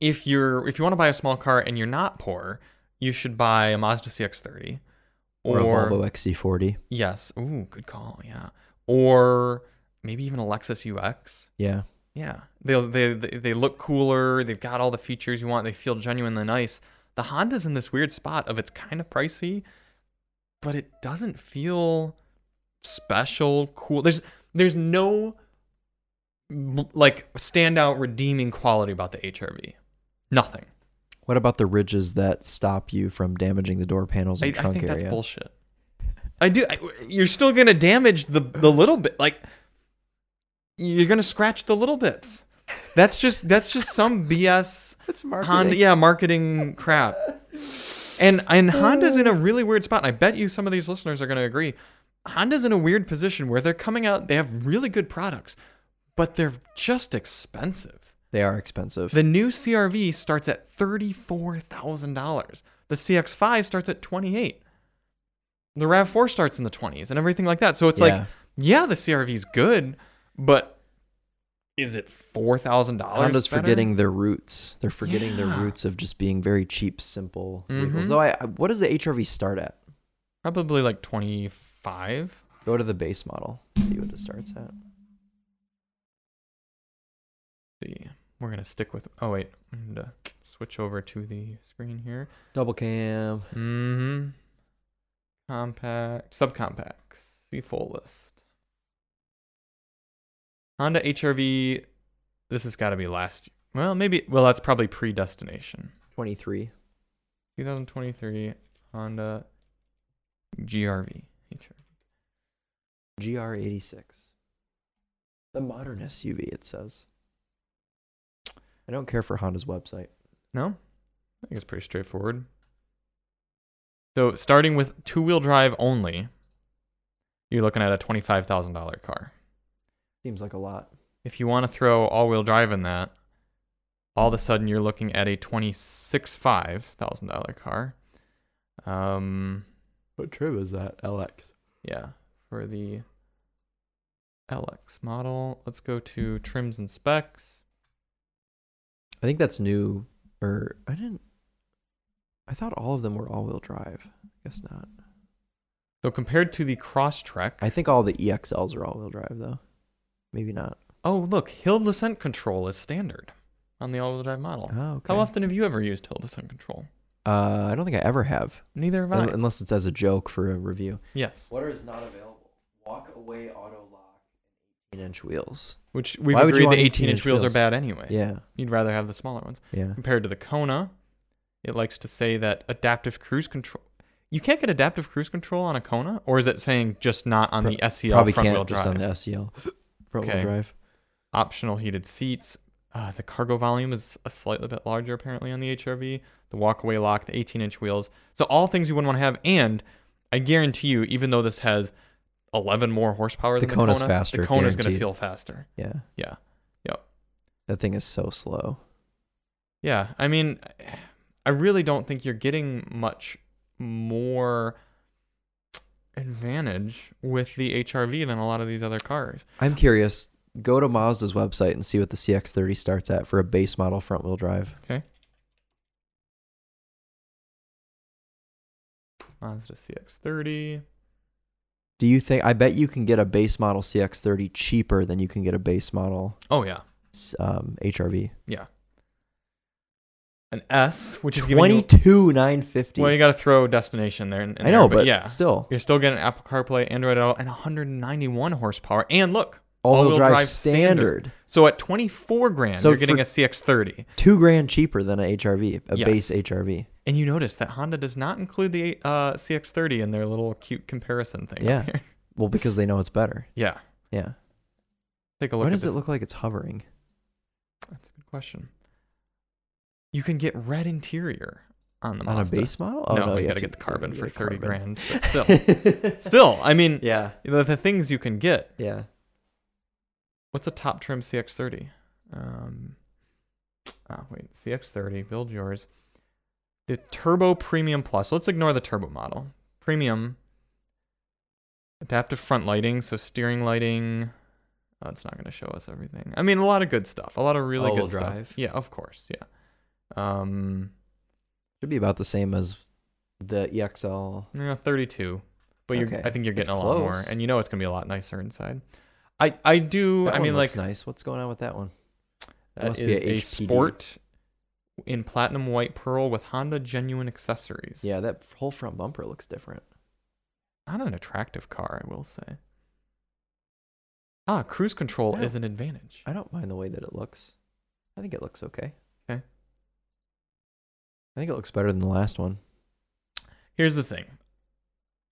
Speaker 2: If you're if you want to buy a small car and you're not poor, you should buy a Mazda CX-30
Speaker 1: Or, a Volvo XC40.
Speaker 2: Yes. Ooh, good call. Yeah. Or maybe even a Lexus UX.
Speaker 1: Yeah.
Speaker 2: Yeah. They they they they look cooler. They've got all the features you want. They feel genuinely nice. The Honda's in this weird spot of it's kind of pricey, but it doesn't feel special, cool. There's there's no bl- like standout redeeming quality about the HRV. Nothing.
Speaker 1: What about the ridges that stop you from damaging the door panels
Speaker 2: I,
Speaker 1: and
Speaker 2: I
Speaker 1: trunk
Speaker 2: think that's
Speaker 1: area?
Speaker 2: bullshit. I do. I, you're still gonna damage the the little bit. Like you're gonna scratch the little bits. That's just that's just some BS.
Speaker 1: That's
Speaker 2: Honda, yeah, marketing crap. And and Honda's
Speaker 1: Oh.
Speaker 2: in a really weird spot. And I bet you some of these listeners are gonna agree. Honda's in a weird position where they're coming out. They have really good products, but they're just expensive.
Speaker 1: They are expensive.
Speaker 2: The new CRV starts at thirty-four thousand dollars. The CX5 starts at twenty-eight. The RAV4 starts in the twenties and everything like that. So it's
Speaker 1: Yeah.
Speaker 2: like, yeah, the CRV is good, but is it four thousand dollars?
Speaker 1: Honda's forgetting their roots. They're forgetting their
Speaker 2: Yeah.
Speaker 1: roots of just being very cheap, simple vehicles.
Speaker 2: Mhm.
Speaker 1: Though, I, I- what does the HRV start at?
Speaker 2: probably like twenty-five.
Speaker 1: Go to the base model. See what it starts at.
Speaker 2: see, we're gonna stick with. Oh wait, I'm gonna switch over to the screen here.
Speaker 1: Double cam.
Speaker 2: Mm-hmm. Compact, subcompact, the full list. Honda HRV. This has got to be last. Well, maybe. Well, that's probably predestination.
Speaker 1: 23.
Speaker 2: 2023 Honda GRV. HRV.
Speaker 1: GR86. The modern SUV, it says. I don't care for Honda's website.
Speaker 2: No, I think it's pretty straightforward. So starting with two-wheel drive only, you're looking at a twenty-five thousand dollar car.
Speaker 1: Seems like a lot.
Speaker 2: If you want to throw all-wheel drive in that, all of a sudden you're looking at a twenty-six five thousand dollar car. Um,
Speaker 1: What trim is that? LX.
Speaker 2: yeah, for the LX model, let's go to trims and specs.
Speaker 1: I think that's new, or I didn't. I thought all of them were all wheel drive. Guess not.
Speaker 2: So compared to the Crosstrek,
Speaker 1: I think all the EXLs are all wheel drive, though. Maybe not.
Speaker 2: oh look, hill descent control is standard on the all-wheel drive model.
Speaker 1: Oh, okay.
Speaker 2: How often have you ever used hill descent control?
Speaker 1: Uh, I don't think I ever have,
Speaker 2: Neither have
Speaker 1: un-
Speaker 2: I.
Speaker 1: unless it's as a joke for a review.
Speaker 2: Yes.
Speaker 1: What is not available? Walk away auto lock, 18 inch wheels.
Speaker 2: Which we've
Speaker 1: Why would you
Speaker 2: agreed the
Speaker 1: want
Speaker 2: 18 inch
Speaker 1: 18-inch
Speaker 2: wheels are
Speaker 1: wheels?
Speaker 2: bad anyway.
Speaker 1: Yeah,
Speaker 2: You'd rather have the smaller ones.
Speaker 1: yeah.
Speaker 2: Compared to the Kona, it likes to say that adaptive cruise control. You can't get adaptive cruise control on a Kona, or is it saying just not on
Speaker 1: Pro-
Speaker 2: the SEL
Speaker 1: Probably
Speaker 2: front wheel
Speaker 1: can't
Speaker 2: drive?
Speaker 1: just on the SEL front
Speaker 2: Okay.
Speaker 1: wheel drive.
Speaker 2: Optional heated seats. Uh, the cargo volume is a slightly bit larger apparently on the HRV. The walkaway lock, the 18 inch wheels. So all things you wouldn't want to have. And I guarantee you, even though this has 11 more horsepower
Speaker 1: The
Speaker 2: than
Speaker 1: Kona's
Speaker 2: the Kona,
Speaker 1: faster,
Speaker 2: the Kona's going to
Speaker 1: guaranteed.
Speaker 2: feel faster.
Speaker 1: Yeah.
Speaker 2: Yeah. Yep.
Speaker 1: That thing is so slow.
Speaker 2: Yeah, I mean, I really don't think you're getting much more advantage with the HRV than a lot of these other cars.
Speaker 1: I'm curious. Go to Mazda's website and see what the CX30 starts at for a base model front wheel drive.
Speaker 2: Mazda CX-30.
Speaker 1: Do you think? I bet you can get a base model CX30 cheaper than you can get a base model
Speaker 2: Oh yeah,
Speaker 1: s- um, HRV.
Speaker 2: an S, which is giving you,
Speaker 1: Twenty two nine fifty.
Speaker 2: well, you got to throw destination there. In, in
Speaker 1: I know,
Speaker 2: there,
Speaker 1: but
Speaker 2: yeah,
Speaker 1: still,
Speaker 2: you're still getting Apple CarPlay, Android Auto, and 191 horsepower. And look,
Speaker 1: all
Speaker 2: all-wheel
Speaker 1: wheel drive,
Speaker 2: drive
Speaker 1: standard.
Speaker 2: so at 24 grand,
Speaker 1: So
Speaker 2: you're getting
Speaker 1: for-
Speaker 2: a CX-30.
Speaker 1: two grand cheaper than a HRV, a
Speaker 2: Yes.
Speaker 1: base HRV.
Speaker 2: And you notice that Honda does not include the uh, CX-30 in their little cute comparison thing. up
Speaker 1: Yeah.
Speaker 2: here.
Speaker 1: Well, because they know it's better.
Speaker 2: yeah.
Speaker 1: Yeah.
Speaker 2: Take a look.
Speaker 1: Why
Speaker 2: at
Speaker 1: does
Speaker 2: this.
Speaker 1: it look like it's hovering?
Speaker 2: That's a good question. You can get red interior on the
Speaker 1: On a
Speaker 2: Mazda.
Speaker 1: base model? Oh,
Speaker 2: no,
Speaker 1: no,
Speaker 2: you
Speaker 1: yeah,
Speaker 2: gotta
Speaker 1: if
Speaker 2: get the carbon
Speaker 1: you
Speaker 2: for
Speaker 1: get
Speaker 2: thirty
Speaker 1: carbon.
Speaker 2: grand. But still, still, I mean,
Speaker 1: yeah.
Speaker 2: the, the things you can get.
Speaker 1: Yeah.
Speaker 2: What's a top trim CX30? Um, ah, wait, CX30, build yours. The Turbo Premium Plus. Let's ignore the Turbo model. Premium. Adaptive front lighting, so steering lighting. Oh, it's not going to show us everything. I mean, a lot of good stuff. A lot of really
Speaker 1: All-wheel
Speaker 2: good stuff.
Speaker 1: drive.
Speaker 2: Yeah, of course. Yeah. Um,
Speaker 1: Should be about the same as the E EXL.
Speaker 2: Yeah, 32. But you're,
Speaker 1: Okay.
Speaker 2: I think you're
Speaker 1: That's
Speaker 2: getting a lot more,
Speaker 1: close.
Speaker 2: and you know it's gonna be a lot nicer inside. I I do.
Speaker 1: That
Speaker 2: I
Speaker 1: one
Speaker 2: mean, like
Speaker 1: looks nice. What's going on with that one? That
Speaker 2: that
Speaker 1: must
Speaker 2: is
Speaker 1: be a
Speaker 2: a
Speaker 1: HPD.
Speaker 2: sport in platinum white pearl with Honda genuine accessories.
Speaker 1: Yeah, that whole front bumper looks different.
Speaker 2: not an attractive car, I will say. Ah, cruise control
Speaker 1: Yeah.
Speaker 2: is an advantage.
Speaker 1: I don't mind the way that it looks. I think it looks okay.
Speaker 2: Okay.
Speaker 1: I think it looks better than the last one.
Speaker 2: Here's the thing.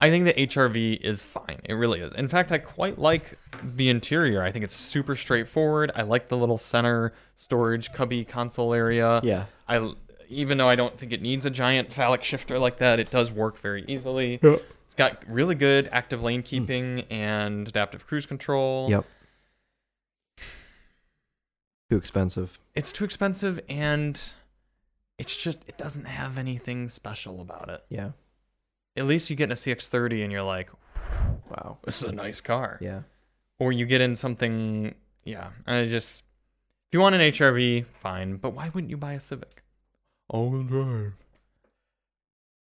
Speaker 2: I think the HRV is fine. It really is. In fact, I quite like the interior. I think it's super straightforward. I like the little center storage cubby console area.
Speaker 1: Yeah.
Speaker 2: I even though I don't think it needs a giant phallic shifter like that, it does work very easily.
Speaker 1: Yep.
Speaker 2: It's got really good active lane keeping and adaptive cruise control.
Speaker 1: Yep. Too expensive.
Speaker 2: It's too expensive and it's just it doesn't have anything special about it.
Speaker 1: Yeah.
Speaker 2: At least you get in a CX30 and you're like,
Speaker 1: Wow.
Speaker 2: this is a nice car.
Speaker 1: Yeah.
Speaker 2: Or you get in something, yeah. I just if you want an HRV, fine, but why wouldn't you buy a Civic? All-wheel drive.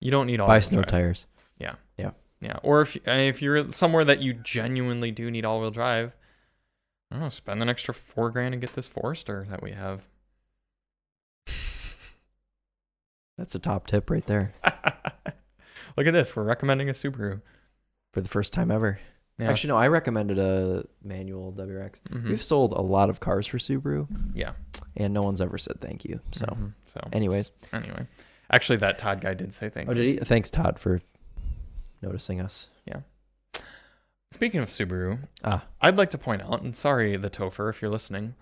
Speaker 2: You don't need all.
Speaker 1: Buy snow tires.
Speaker 2: Yeah, or if uh, if you're somewhere that you genuinely do need all-wheel drive, I don't know, spend an extra four grand and get this Forester that we have.
Speaker 1: That's a top tip right there
Speaker 2: Look at this, we're recommending a Subaru.
Speaker 1: for the first time ever.
Speaker 2: Yeah.
Speaker 1: Actually, no, I recommended a manual WRX.
Speaker 2: Mhm.
Speaker 1: We've sold a lot of cars for Subaru,
Speaker 2: yeah.
Speaker 1: and no one's ever said thank you. So,
Speaker 2: Mhm. so
Speaker 1: anyways,
Speaker 2: anyway, actually, that Todd guy did say thank
Speaker 1: oh,
Speaker 2: you.
Speaker 1: did he? Thanks, Todd, for noticing us.
Speaker 2: Speaking of Subaru,
Speaker 1: Ah.
Speaker 2: I'd like to point out, and sorry, the Topher, if you're listening,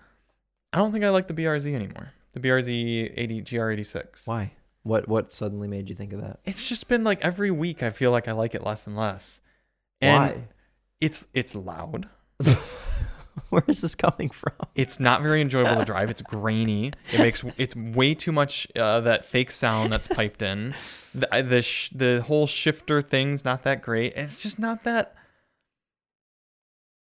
Speaker 2: I don't think I like the BRZ anymore. The BRZ 80 GR86.
Speaker 1: Why? What? What suddenly made you think of that?
Speaker 2: It's just been like every week. I feel like I like it less and less. And
Speaker 1: Why?
Speaker 2: It's it's loud.
Speaker 1: Where is this coming from?
Speaker 2: It's not very enjoyable to drive. It's grainy. It makes it's way too much uh, that fake sound that's piped in. The I- the, sh- the whole shifter thing's not that great. It's just not that.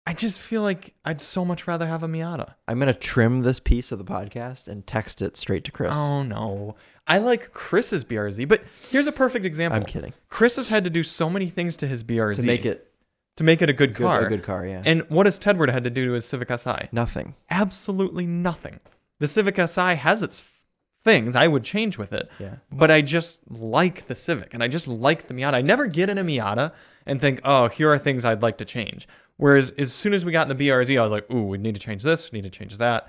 Speaker 2: I just feel like I'd so much rather have a Miata.
Speaker 1: I'm gonna trim this piece of the podcast and text it straight to Chris.
Speaker 2: Oh no. I like Chris's BRZ, but here's a perfect example.
Speaker 1: I'm kidding.
Speaker 2: Chris has had to do so many things to his BRZ
Speaker 1: To make it
Speaker 2: to make it a good
Speaker 1: good,
Speaker 2: car.
Speaker 1: a good car, yeah.
Speaker 2: And what has Tedward had to do to his Civic Si?
Speaker 1: Nothing.
Speaker 2: Absolutely nothing. The Civic Si has its f- things I would change with it,
Speaker 1: Yeah.
Speaker 2: but I just like the Civic and I just like the Miata. I never get in a Miata and think, oh, here are things I'd like to change. Whereas as soon as we got in the BRZ, I was like, ooh, we need to change this, we need to change that.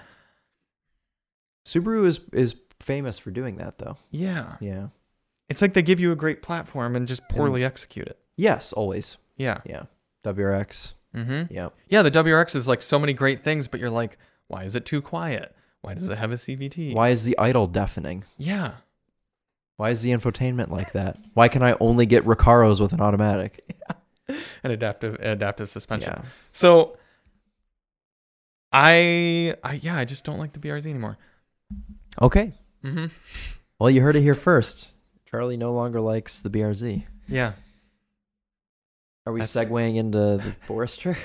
Speaker 1: Subaru is is famous for doing that though.
Speaker 2: Yeah.
Speaker 1: Yeah.
Speaker 2: It's like they give you a great platform and just poorly execute it.
Speaker 1: Yes, always.
Speaker 2: Yeah.
Speaker 1: Yeah. WRX.
Speaker 2: Mm-hmm.
Speaker 1: Yeah.
Speaker 2: Yeah, the WRX is like so many great things, but you're like, why is it too quiet? Why does it have a CVT?
Speaker 1: Why is the idle deafening?
Speaker 2: Yeah.
Speaker 1: Why is the infotainment like that? Why can I only get Recaros with an automatic?
Speaker 2: An adaptive adaptive suspension.
Speaker 1: Yeah.
Speaker 2: So I I yeah, I just don't like the BRZ anymore.
Speaker 1: Okay.
Speaker 2: Mm-hmm.
Speaker 1: Well, you heard it here first. Charlie no longer likes the BRZ.
Speaker 2: Yeah.
Speaker 1: Are we
Speaker 2: That's-
Speaker 1: segueing into the Forester?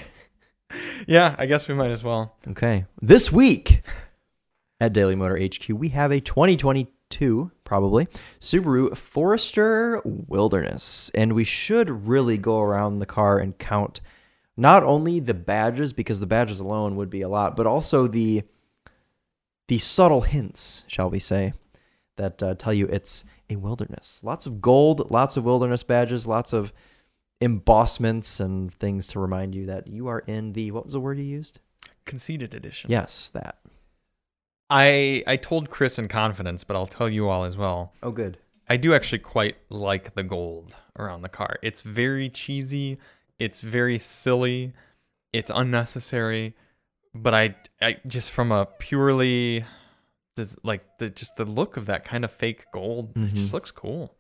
Speaker 2: Yeah, I guess we might as well.
Speaker 1: Okay. This week at Daily Motor HQ, we have a 2022, probably, Subaru Forester Wilderness. And we should really go around the car and count not only the badges, because the badges alone would be a lot, but also the the subtle hints, shall we say, that uh, tell you it's a wilderness. Lots of gold, lots of wilderness badges, lots of embossments and things to remind you that you are in the what was the word you used?
Speaker 2: Conceded edition.
Speaker 1: Yes, that.
Speaker 2: I I told Chris in confidence, but I'll tell you all as well.
Speaker 1: Oh, good.
Speaker 2: I do actually quite like the gold around the car. It's very cheesy, it's very silly, it's unnecessary, but I I just from a purely this like the just the look of that kind of fake gold, it
Speaker 1: Mhm.
Speaker 2: just looks cool.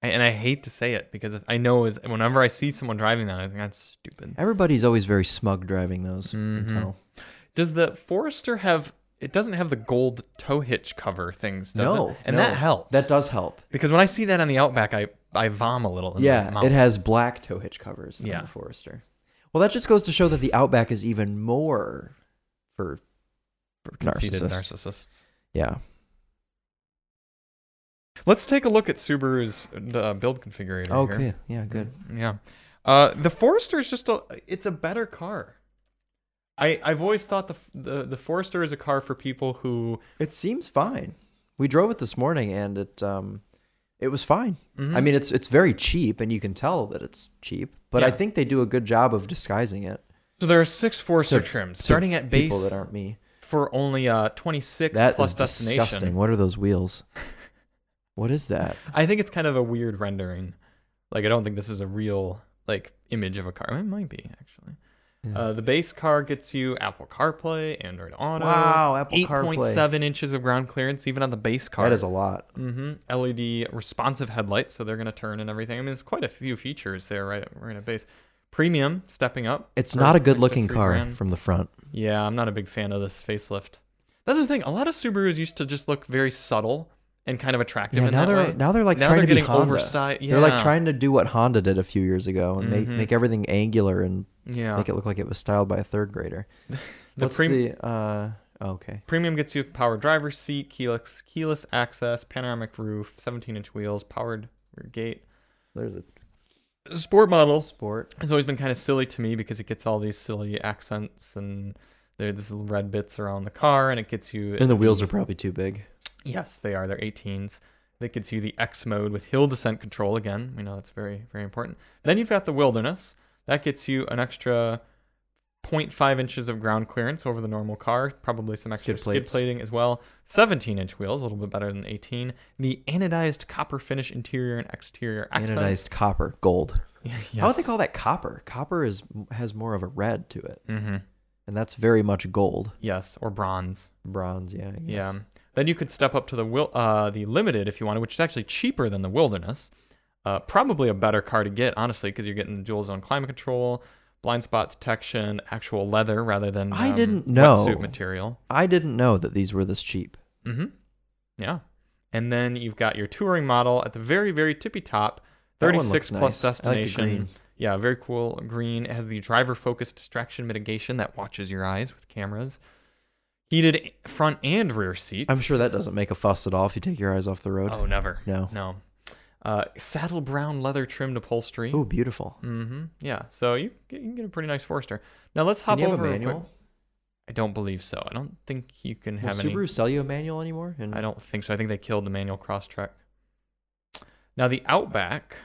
Speaker 2: I- And I hate to say it because I know is whenever I see someone driving that, I think that's stupid.
Speaker 1: Everybody's always very smug driving those. you can
Speaker 2: Mhm.
Speaker 1: tell.
Speaker 2: Does the Forester have it doesn't have the gold tow hitch cover things, does it?
Speaker 1: No,
Speaker 2: And
Speaker 1: no.
Speaker 2: that helps.
Speaker 1: That does help.
Speaker 2: because when I see that on the Outback, I I vom a little. In my
Speaker 1: yeah,
Speaker 2: mouth.
Speaker 1: it has black tow hitch covers on
Speaker 2: Yeah.
Speaker 1: the Forester. Well, that just goes to show that the Outback is even more for
Speaker 2: conceited
Speaker 1: Narcissists.
Speaker 2: narcissists.
Speaker 1: yeah.
Speaker 2: Let's take a look at Subaru's uh, build configurator.
Speaker 1: Okay,
Speaker 2: here.
Speaker 1: yeah, good.
Speaker 2: Yeah. Uh, the Forester is just a. It's a better car. I I've always thought the the the Forester is a car for people who.
Speaker 1: It seems fine. We drove it this morning and it um it was fine.
Speaker 2: Mhm.
Speaker 1: I mean, it's it's very cheap and you can tell that it's cheap, but I
Speaker 2: Yeah.
Speaker 1: think they do a good job of disguising it.
Speaker 2: so there are six Forester
Speaker 1: to-
Speaker 2: trims,
Speaker 1: to
Speaker 2: starting at
Speaker 1: people
Speaker 2: base
Speaker 1: that aren't me.
Speaker 2: for only uh 26
Speaker 1: That
Speaker 2: plus
Speaker 1: is
Speaker 2: destination.
Speaker 1: disgusting. What are those wheels? What is that?
Speaker 2: I think it's kind of a weird rendering. Like I don't think this is a real like image of a car. It might be actually.
Speaker 1: Yeah.
Speaker 2: Uh, the base car gets you Apple CarPlay, Android Auto.
Speaker 1: Wow, Apple CarPlay.
Speaker 2: 8.7 inches of ground clearance even on the base car.
Speaker 1: That is a lot.
Speaker 2: hmm LED responsive headlights, so they're going to turn and everything. I mean, it's quite a few features there right at, right at base. Premium stepping up.
Speaker 1: It's
Speaker 2: for
Speaker 1: not a
Speaker 2: an extra
Speaker 1: good looking
Speaker 2: three
Speaker 1: car
Speaker 2: grand.
Speaker 1: from the front.
Speaker 2: Yeah, I'm not a big fan of this facelift. That's the thing. A lot of Subarus used to just look very subtle and kind of attractive.
Speaker 1: Yeah,
Speaker 2: in that
Speaker 1: now they're
Speaker 2: way.
Speaker 1: now they're like
Speaker 2: Now
Speaker 1: trying
Speaker 2: they're
Speaker 1: to be
Speaker 2: getting
Speaker 1: Honda.
Speaker 2: oversty-
Speaker 1: They're like
Speaker 2: yeah.
Speaker 1: trying to do what Honda did a few years ago and make,
Speaker 2: Mhm.
Speaker 1: make everything angular and
Speaker 2: yeah.
Speaker 1: make it look like it was styled by a third grader.
Speaker 2: the
Speaker 1: What's
Speaker 2: premium.
Speaker 1: the uh oh, okay.
Speaker 2: Premium gets you power driver's seat, keyless keyless access, panoramic roof, 17 inch wheels, powered rear gate.
Speaker 1: There's a
Speaker 2: Sport model
Speaker 1: sport.
Speaker 2: has always been kind of silly to me because it gets all these silly accents and there's little red bits around the car, and it gets you.
Speaker 1: And the wheels are probably too big.
Speaker 2: Yes, they are. They're 18s. That gets you the X mode with hill descent control again. We know that's very very important. Then you've got the wilderness. That gets you an extra 0.5 inches of ground clearance over the normal car, probably some extra
Speaker 1: Skid
Speaker 2: skid,
Speaker 1: plates.
Speaker 2: plating as well. 17 inch wheels, a little bit better than 18. The anodized copper finish interior and exterior accents.
Speaker 1: Anodized copper, gold.
Speaker 2: yes.
Speaker 1: How would they call that copper? Copper is has more of a red to it,
Speaker 2: hmm
Speaker 1: and that's very much gold,
Speaker 2: Yes, or bronze.
Speaker 1: bronze. Yeah. I guess.
Speaker 2: Yeah. Then you could step up to the wil- uh, the limited if you wanted, which is actually cheaper than the wilderness. Uh, probably a better car to get, honestly, because you're getting the dual zone climate control, blind spot detection, actual leather rather than
Speaker 1: I
Speaker 2: um,
Speaker 1: didn't know.
Speaker 2: wetsuit material.
Speaker 1: I didn't know that these were this cheap.
Speaker 2: Mm-hmm. Yeah. And then you've got your touring model at the very, very tippy top,
Speaker 1: That one
Speaker 2: 36
Speaker 1: looks
Speaker 2: plus
Speaker 1: nice. I like the
Speaker 2: destination.
Speaker 1: green.
Speaker 2: Yeah, very cool. Green It has the driver focused distraction mitigation that watches your eyes with cameras, heated front and rear seats.
Speaker 1: I'm sure that doesn't make a fuss at all if you take your eyes off the road.
Speaker 2: Oh, never.
Speaker 1: No.
Speaker 2: No. Uh, saddle brown leather trimmed upholstery.
Speaker 1: Ooh, beautiful.
Speaker 2: Mm-hmm. Yeah. So you, you can get a pretty nice Forester. Now let's hop
Speaker 1: Can you have
Speaker 2: over.
Speaker 1: a
Speaker 2: real quick.
Speaker 1: manual?
Speaker 2: I don't believe so. I don't think you can
Speaker 1: Will
Speaker 2: have any.
Speaker 1: Subaru sell you a manual anymore? And
Speaker 2: I don't think so. I think they killed the manual cross track. Now the Outback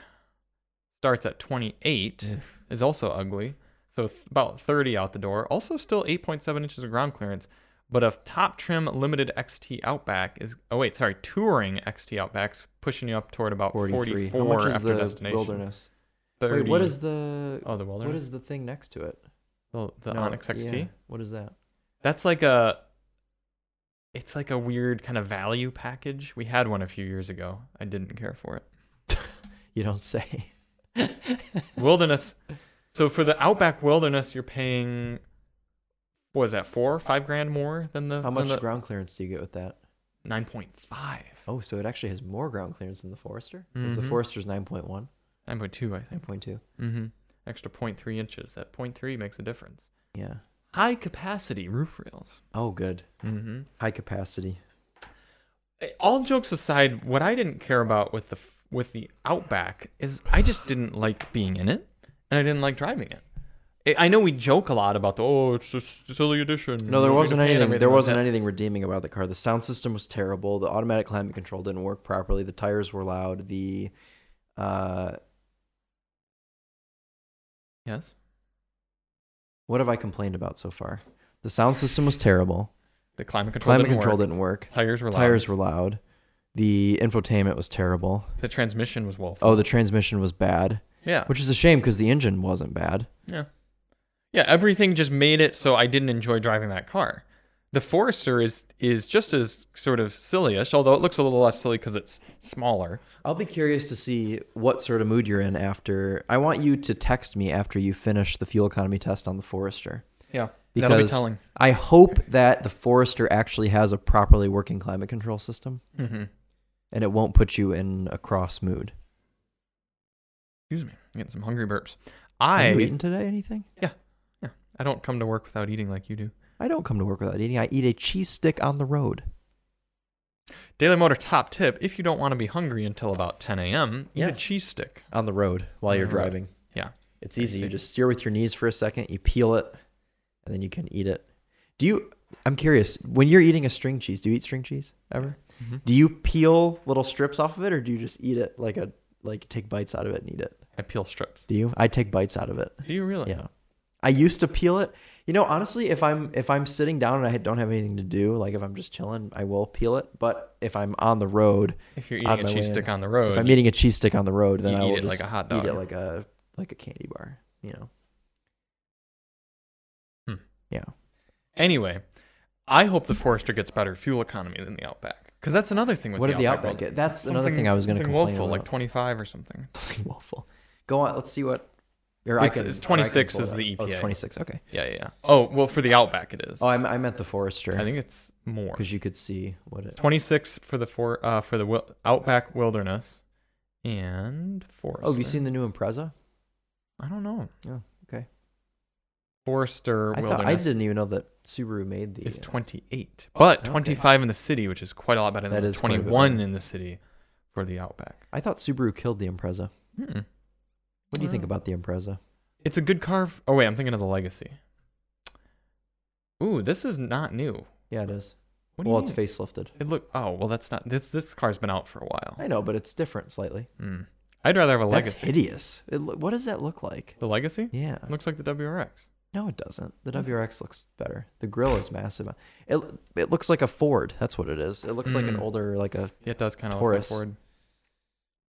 Speaker 2: starts at 28,
Speaker 1: Ugh.
Speaker 2: is also ugly. So th- about 30 out the door. Also still 8.7 inches of ground clearance, but a top trim limited XT Outback is oh wait, sorry, touring XT Outbacks pushing you up toward about
Speaker 1: 43.
Speaker 2: 44
Speaker 1: How much is
Speaker 2: after
Speaker 1: the
Speaker 2: destination.
Speaker 1: wilderness?
Speaker 2: 30.
Speaker 1: Wait, what is the
Speaker 2: Oh, the
Speaker 1: what
Speaker 2: wilderness.
Speaker 1: is the thing next to it?
Speaker 2: the, the
Speaker 1: No,
Speaker 2: Onyx XT?
Speaker 1: yeah, What is that?
Speaker 2: That's like a it's like a weird kind of value package. We had one a few years ago. I didn't care for it.
Speaker 1: You don't say.
Speaker 2: wilderness. So for the Outback Wilderness, you're paying what is that four, five grand more than the
Speaker 1: How much
Speaker 2: than the
Speaker 1: ground clearance do you get with that?
Speaker 2: nine point five,
Speaker 1: Oh, so it actually has more ground clearance than the Forester. Because the
Speaker 2: Mhm.
Speaker 1: Forester's 9.1,
Speaker 2: nine point two, I think.
Speaker 1: 9.2.
Speaker 2: Mm-hmm. Extra 0.3 inches. That 0.3 makes a difference.
Speaker 1: Yeah.
Speaker 2: High capacity roof rails.
Speaker 1: Oh, good.
Speaker 2: Mm-hmm.
Speaker 1: High capacity.
Speaker 2: All jokes aside, what I didn't care about with the f- with the Outback is I just didn't like being in it, and I didn't like driving it. I- I know we joke a lot about the oh it's a silly edition.
Speaker 1: No, there
Speaker 2: We're
Speaker 1: wasn't
Speaker 2: gonna paint
Speaker 1: anything.
Speaker 2: everything
Speaker 1: There
Speaker 2: like
Speaker 1: wasn't
Speaker 2: that."
Speaker 1: anything redeeming about the car. The sound system was terrible. The automatic climate control didn't work properly. The tires were loud. The uh,
Speaker 2: Yes.
Speaker 1: what have I complained about so far? The sound system was terrible.
Speaker 2: The climate control.
Speaker 1: Climate
Speaker 2: didn't work.
Speaker 1: control didn't work.
Speaker 2: Tires were
Speaker 1: Tires were loud. The infotainment was terrible.
Speaker 2: loud. The transmission was well.
Speaker 1: Oh, the transmission was bad,
Speaker 2: Yeah.
Speaker 1: which is a shame because the engine wasn't bad.
Speaker 2: yeah. Yeah. Everything just made it so I didn't enjoy driving that car. The Forester is is just as sort of sillyish, although it looks a little less silly because it's smaller.
Speaker 1: I'll be curious to see what sort of mood you're in after. I want you to text me after you finish the fuel economy test on the Forester.
Speaker 2: Yeah.
Speaker 1: Because
Speaker 2: That'll be telling.
Speaker 1: I hope that the Forester actually has a properly working climate control system
Speaker 2: Mm-hmm.
Speaker 1: and it won't put you in a cross mood.
Speaker 2: Excuse me. I'm getting some hungry burps.
Speaker 1: Are you
Speaker 2: I
Speaker 1: eating today anything?
Speaker 2: I don't come to work without eating like you do.
Speaker 1: I don't come to work without eating. I eat a cheese stick on the road.
Speaker 2: Daily Motor top tip: If you don't want to be hungry until about 10 a.m., eat
Speaker 1: Yeah.
Speaker 2: a cheese stick.
Speaker 1: On the road while
Speaker 2: On
Speaker 1: you're
Speaker 2: the road.
Speaker 1: driving.
Speaker 2: Yeah.
Speaker 1: It's easy. You
Speaker 2: Easy.
Speaker 1: just steer with your knees for a second, you peel it, and then you can eat it. Do you I'm curious, when you're eating a string cheese, do you eat string cheese ever?
Speaker 2: Mhm.
Speaker 1: Do you peel little strips off of it or do you just eat it like a like take bites out of it and eat it?
Speaker 2: I peel strips.
Speaker 1: Do you? I take bites out of it.
Speaker 2: Do you really?
Speaker 1: Yeah. I used to peel it. You know, honestly, if I'm if I'm sitting down and I don't have anything to do, like if I'm just chilling, I will peel it. But if I'm on the road,
Speaker 2: If you're
Speaker 1: On
Speaker 2: eating a
Speaker 1: my
Speaker 2: cheese
Speaker 1: way
Speaker 2: stick
Speaker 1: in.
Speaker 2: on the road,
Speaker 1: if I'm eating a cheese stick on the road, then
Speaker 2: You
Speaker 1: I
Speaker 2: eat
Speaker 1: will
Speaker 2: it
Speaker 1: just
Speaker 2: like a hot
Speaker 1: eat it
Speaker 2: dog.
Speaker 1: like a like a candy bar. You know,
Speaker 2: Anyway, I hope the Forester gets better fuel economy than the Outback, because that's another thing with
Speaker 1: what
Speaker 2: the
Speaker 1: did the
Speaker 2: Outback.
Speaker 1: Outback get? That's another
Speaker 2: Something-
Speaker 1: thing I was going to
Speaker 2: something
Speaker 1: complain
Speaker 2: woeful, like
Speaker 1: about.
Speaker 2: 25 or something.
Speaker 1: Like woeful. Go on. Let's see what. Or
Speaker 2: It's- it's 26
Speaker 1: pull
Speaker 2: is
Speaker 1: it up.
Speaker 2: the E
Speaker 1: Oh, it's
Speaker 2: EPA.
Speaker 1: 26. Okay.
Speaker 2: Yeah, yeah. yeah. Oh well, for the Outback it is.
Speaker 1: Oh, I, I meant the Forester
Speaker 2: I think it's more.
Speaker 1: because you could see what it.
Speaker 2: 26 for the for uh, for the wil- Outback Wilderness, and Forester.
Speaker 1: Oh, have you seen the new Impreza?
Speaker 2: I don't know.
Speaker 1: Oh, okay.
Speaker 2: Forester
Speaker 1: I thought I
Speaker 2: Wilderness
Speaker 1: didn't even know that Subaru made the.
Speaker 2: is
Speaker 1: uh,
Speaker 2: 28, but
Speaker 1: Okay.
Speaker 2: 25 in the city, which is quite a lot better
Speaker 1: That
Speaker 2: than the
Speaker 1: is quite a bit
Speaker 2: 21
Speaker 1: better.
Speaker 2: in the city for the Outback.
Speaker 1: I thought Subaru killed the Impreza.
Speaker 2: Hmm.
Speaker 1: What do you think
Speaker 2: Wow.
Speaker 1: about the Impreza?
Speaker 2: It's a good car. f- oh wait, I'm thinking of the Legacy. Ooh, this is not new.
Speaker 1: Yeah, it is.
Speaker 2: What do
Speaker 1: well,
Speaker 2: you
Speaker 1: it's
Speaker 2: mean?
Speaker 1: facelifted.
Speaker 2: It look. Oh well, that's not this. This car's been out for a while.
Speaker 1: I know, but it's different slightly.
Speaker 2: Hmm. I'd rather have a
Speaker 1: That's
Speaker 2: legacy.
Speaker 1: hideous. It, lo- what does that look like?
Speaker 2: The legacy
Speaker 1: Yeah.
Speaker 2: looks like the WRX.
Speaker 1: No, it doesn't. The WRX looks better. The grill is massive. It it looks like a Ford. That's what it is. It looks like an
Speaker 2: Mm.
Speaker 1: older like a.
Speaker 2: Yeah, it does kind of look
Speaker 1: Taurus.
Speaker 2: forward.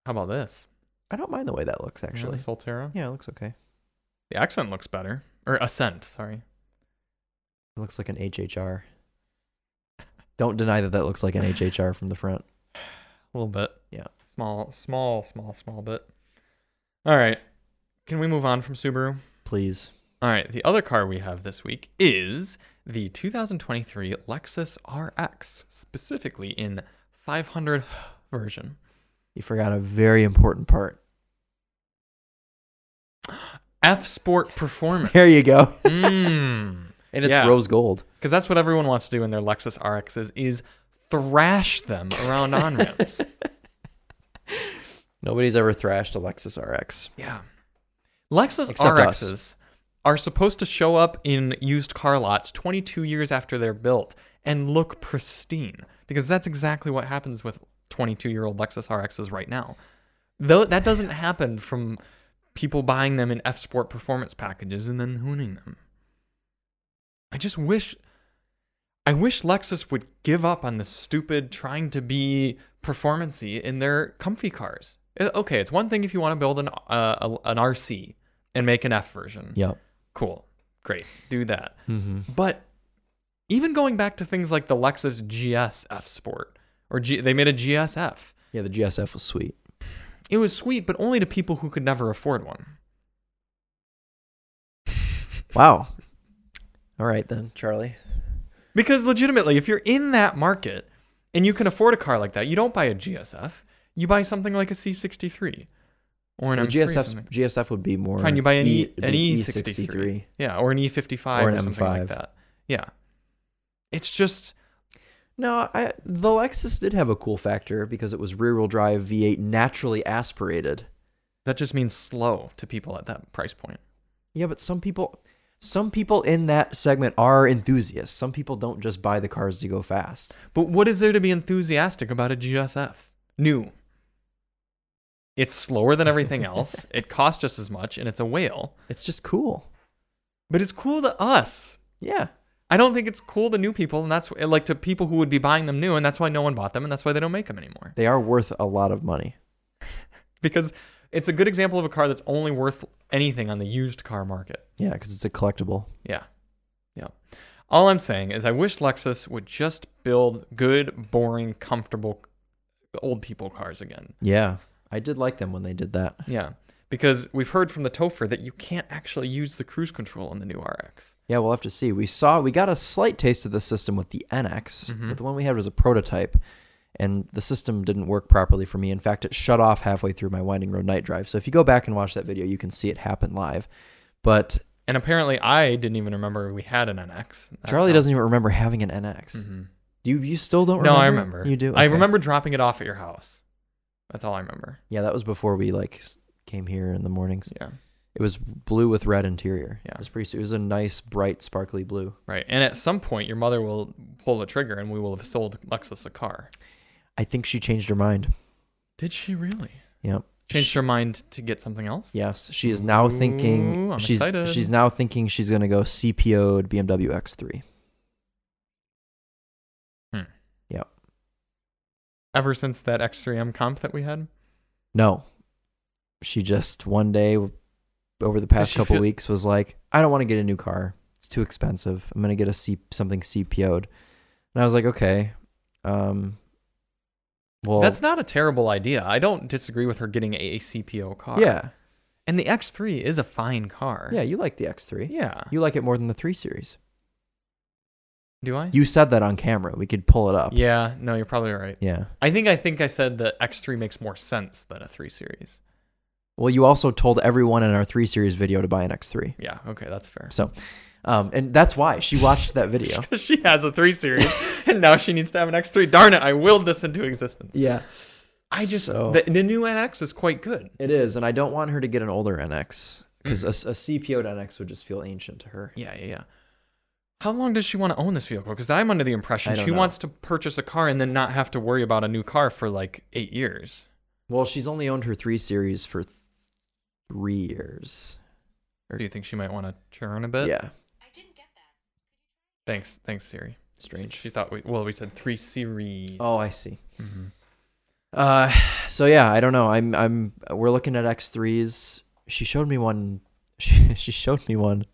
Speaker 2: How about this?
Speaker 1: I don't mind the way that looks
Speaker 2: Actually,
Speaker 1: actually.
Speaker 2: the Solterra.
Speaker 1: Yeah, it looks okay.
Speaker 2: The accent looks better, or Ascent. Sorry.
Speaker 1: It looks like an HHR. Don't deny that that looks like an HHR from the front.
Speaker 2: A little bit.
Speaker 1: Yeah.
Speaker 2: Small, small, small, small bit. All right. Can we move on from Subaru?
Speaker 1: Please.
Speaker 2: All right. The other car we have this week is the 2023 Lexus RX, specifically in 500 version.
Speaker 1: You forgot a very important part.
Speaker 2: F Sport Performance.
Speaker 1: There you go.
Speaker 2: Mm.
Speaker 1: And it's
Speaker 2: Yeah.
Speaker 1: rose gold.
Speaker 2: Because that's what everyone wants to do in their Lexus RXs is thrash them around on ramps.
Speaker 1: Nobody's ever thrashed a Lexus RX.
Speaker 2: yeah. Lexus
Speaker 1: Except us.
Speaker 2: RXs are supposed to show up in used car lots 22 years after they're built and look pristine because that's exactly what happens with 22-year-old Lexus RXs right now. Though that doesn't happen from people buying them in F Sport performance packages and then hooning them. I just wish I wish Lexus would give up on this stupid trying to be performancy in their comfy cars. Uh, Okay, it's one thing if you want to build an uh, a- an RC and make an F version.
Speaker 1: Yep.
Speaker 2: Cool. Great. Do that.
Speaker 1: Mm-hmm.
Speaker 2: But even going back to things like the Lexus GS F Sport or G- they made a GSF.
Speaker 1: Yeah, the GSF was sweet.
Speaker 2: It was sweet, but only to people who could never afford one.
Speaker 1: Wow. All right then, Charlie.
Speaker 2: Because legitimately, if you're in that market and you can afford a car like that, you don't buy a GSF. You buy something like a C63 or an
Speaker 1: The
Speaker 2: M3 or something.
Speaker 1: GSF GSF would be more.
Speaker 2: Fine, you buy an E-
Speaker 1: it'd
Speaker 2: an
Speaker 1: be
Speaker 2: E63. Yeah, or an E55 or,
Speaker 1: Or an
Speaker 2: something like
Speaker 1: M5.
Speaker 2: that. Yeah. It's just
Speaker 1: No, I, the Lexus did have a cool factor because it was rear-wheel drive V8 naturally aspirated.
Speaker 2: that just means slow to people at that price point.
Speaker 1: Yeah, but some people, some people in that segment are enthusiasts. Some people don't just buy the cars to go fast.
Speaker 2: But what is there to be enthusiastic about a GSF? New. It's slower than everything else. it costs just as much and it's a whale.
Speaker 1: It's just cool.
Speaker 2: But it's cool to us.
Speaker 1: Yeah,
Speaker 2: I don't think it's cool to new people, and that's eh, like to people who would be buying them new, and that's why no one bought them, and that's why they don't make them anymore.
Speaker 1: they are worth a lot of money.
Speaker 2: Because it's a good example of a car that's only worth anything on the used car market.
Speaker 1: Yeah, because it's a collectible.
Speaker 2: Yeah. Yeah. All I'm saying is I wish Lexus would just build good, boring, comfortable old people cars again.
Speaker 1: Yeah, I did like them when they did that.
Speaker 2: Yeah. Because we've heard from the Topher that you can't actually use the cruise control in the new RX.
Speaker 1: Yeah, we'll have to see. We saw we got a slight taste of the system with the NX,
Speaker 2: Mhm.
Speaker 1: but the one we had was a prototype, and the system didn't work properly for me. In fact, it shut off halfway through my winding road night drive. So if you go back and watch that video, you can see it happen live. But
Speaker 2: And apparently I didn't even remember we had an NX. That's
Speaker 1: Charlie
Speaker 2: not-
Speaker 1: doesn't even remember having an NX.
Speaker 2: Mhm.
Speaker 1: Do you, you still don't
Speaker 2: No,
Speaker 1: remember?
Speaker 2: I remember.
Speaker 1: You do?
Speaker 2: I
Speaker 1: Okay.
Speaker 2: remember dropping it off at your house. That's all I remember.
Speaker 1: Yeah, that was before we like s- came here in the mornings.
Speaker 2: Yeah.
Speaker 1: It was blue with red interior.
Speaker 2: Yeah.
Speaker 1: It was pretty su- it was a nice bright sparkly blue.
Speaker 2: Right. And at some point your mother will pull the trigger and we will have sold Lexus a car.
Speaker 1: I think she changed her mind.
Speaker 2: Did she really?
Speaker 1: Yep.
Speaker 2: Changed her mind to get something else?
Speaker 1: Yes, she is now thinking
Speaker 2: Ooh, I'm
Speaker 1: she's
Speaker 2: excited.
Speaker 1: she's now thinking she's gonna go CPO'd BMW X3.
Speaker 2: Ever since that X3M comp that we had?
Speaker 1: No, she just one day over the past
Speaker 2: she
Speaker 1: couple
Speaker 2: feel-
Speaker 1: weeks was like, I don't want to get a new car. It's too expensive. I'm gonna get a C something CPO'd, and I was like, okay, um, well,
Speaker 2: That's not a terrible idea. I don't disagree with her getting a CPO car.
Speaker 1: yeah,
Speaker 2: And the X3 is a fine car.
Speaker 1: yeah. You like the X3?
Speaker 2: Yeah.
Speaker 1: You like it more than the three series.
Speaker 2: Do I?
Speaker 1: You said that on camera. We could pull it up.
Speaker 2: yeah, no, you're probably right.
Speaker 1: Yeah.
Speaker 2: I think I think I said the X3 makes more sense than a 3 series.
Speaker 1: Well, you also told everyone in our three series video to buy an X3.
Speaker 2: Yeah, okay, that's fair.
Speaker 1: So, um, and that's why she watched that video.
Speaker 2: Because she has a 3 series and now she needs to have an X3. Darn it, I willed this into existence.
Speaker 1: yeah,
Speaker 2: I just
Speaker 1: So-
Speaker 2: the, the new NX is quite good.
Speaker 1: it is, and I don't want her to get an older NX because a, a CPO'd NX would just feel ancient to her.
Speaker 2: Yeah, yeah, yeah. How long does she want to own this vehicle? Because I'm under the impression
Speaker 1: I don't
Speaker 2: she
Speaker 1: know.
Speaker 2: wants to purchase a car and then not have to worry about a new car for like eight years.
Speaker 1: Well, she's only owned her three series for th- three years.
Speaker 2: Do you think she might want to churn a bit?
Speaker 1: yeah,
Speaker 3: I didn't get that.
Speaker 2: Thanks, thanks, Siri.
Speaker 1: strange.
Speaker 2: She thought we well, we said three series.
Speaker 1: Oh, I see.
Speaker 2: Mm-hmm.
Speaker 1: Uh, so yeah, I don't know. I'm I'm we're looking at X threes. She showed me one. She she showed me one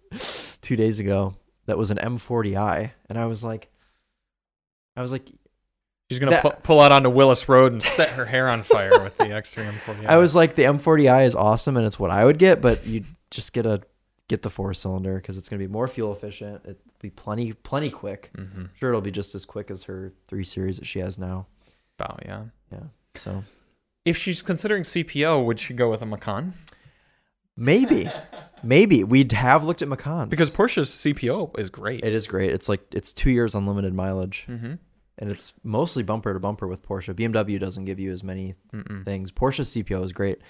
Speaker 1: two days ago that was an M40i, and I was like, I was like,
Speaker 2: She's gonna
Speaker 1: That-
Speaker 2: pu- pull out onto Willis Road and set her hair on fire with the X3 M40.
Speaker 1: I was like, the M40i is awesome, and it's what I would get, but you just get a get the four cylinder because it's gonna be more fuel efficient. It'll be plenty plenty quick.
Speaker 2: mm-hmm.
Speaker 1: I'm sure it'll be just as quick as her three series that she has now.
Speaker 2: Wow, yeah.
Speaker 1: So
Speaker 2: If she's considering CPO, would she go with a Macan?
Speaker 1: maybe, maybe we'd have looked at Macans
Speaker 2: Because Porsche's CPO is great.
Speaker 1: it is great. It's like it's two years unlimited mileage.
Speaker 2: Mm-hmm.
Speaker 1: and it's mostly bumper to bumper with Porsche. BMW doesn't give you as many
Speaker 2: Mm-mm.
Speaker 1: things. Porsche's CPO is great.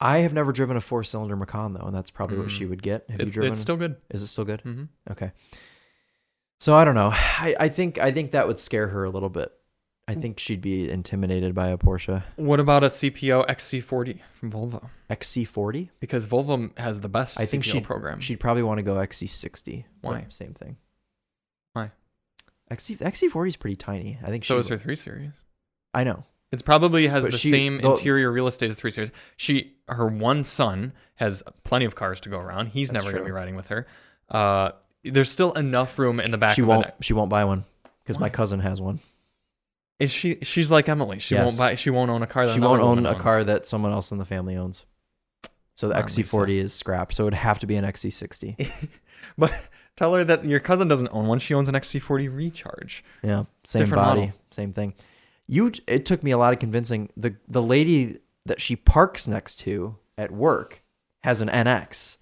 Speaker 1: I have never driven a four cylinder Macan though, and that's probably what she would get. Have you
Speaker 2: Mm. It's,
Speaker 1: driven?
Speaker 2: it's still good.
Speaker 1: is it still good?
Speaker 2: Mm-hmm.
Speaker 1: Okay. So I don't know. I, I think I think that would scare her a little bit.
Speaker 2: Mm.
Speaker 1: I think she'd be intimidated by a Porsche
Speaker 2: What about a CPO XC40 from Volvo?
Speaker 1: XC40.
Speaker 2: Because Volvo has the best
Speaker 1: I think
Speaker 2: CPO
Speaker 1: she'd-
Speaker 2: program.
Speaker 1: She'd probably want to go XC60. but
Speaker 2: Mm. Why?
Speaker 1: Same thing.
Speaker 2: Why?
Speaker 1: XC XC40 is pretty tiny. I think
Speaker 2: so
Speaker 1: she
Speaker 2: is her
Speaker 1: would-
Speaker 2: 3 Series.
Speaker 1: I know.
Speaker 2: It's probably has
Speaker 1: But
Speaker 2: the
Speaker 1: she-
Speaker 2: same
Speaker 1: though-
Speaker 2: interior real estate as three series. She, her one son has plenty of cars to go around. He's
Speaker 1: That's
Speaker 2: never going to be
Speaker 1: true.
Speaker 2: riding with her. Uh, there's still enough room in the back.
Speaker 1: She
Speaker 2: of
Speaker 1: won't.
Speaker 2: The neck.
Speaker 1: She won't buy one because
Speaker 2: Why?
Speaker 1: my cousin has one.
Speaker 2: Is she? She's like Emily. She
Speaker 1: Yes.
Speaker 2: won't buy. She won't own a car. That
Speaker 1: she
Speaker 2: another
Speaker 1: won't own
Speaker 2: woman
Speaker 1: a
Speaker 2: owns.
Speaker 1: car that someone else in the family owns. So the
Speaker 2: Wow, Lisa.
Speaker 1: XC40 is scrapped. So it'd have to be an XC60.
Speaker 2: But tell her that your cousin doesn't own one. She owns an XC40 Recharge.
Speaker 1: Yeah, same
Speaker 2: Different
Speaker 1: body,
Speaker 2: model.
Speaker 1: same thing. You. It took me a lot of convincing. the The lady that she parks next to at work has an NX,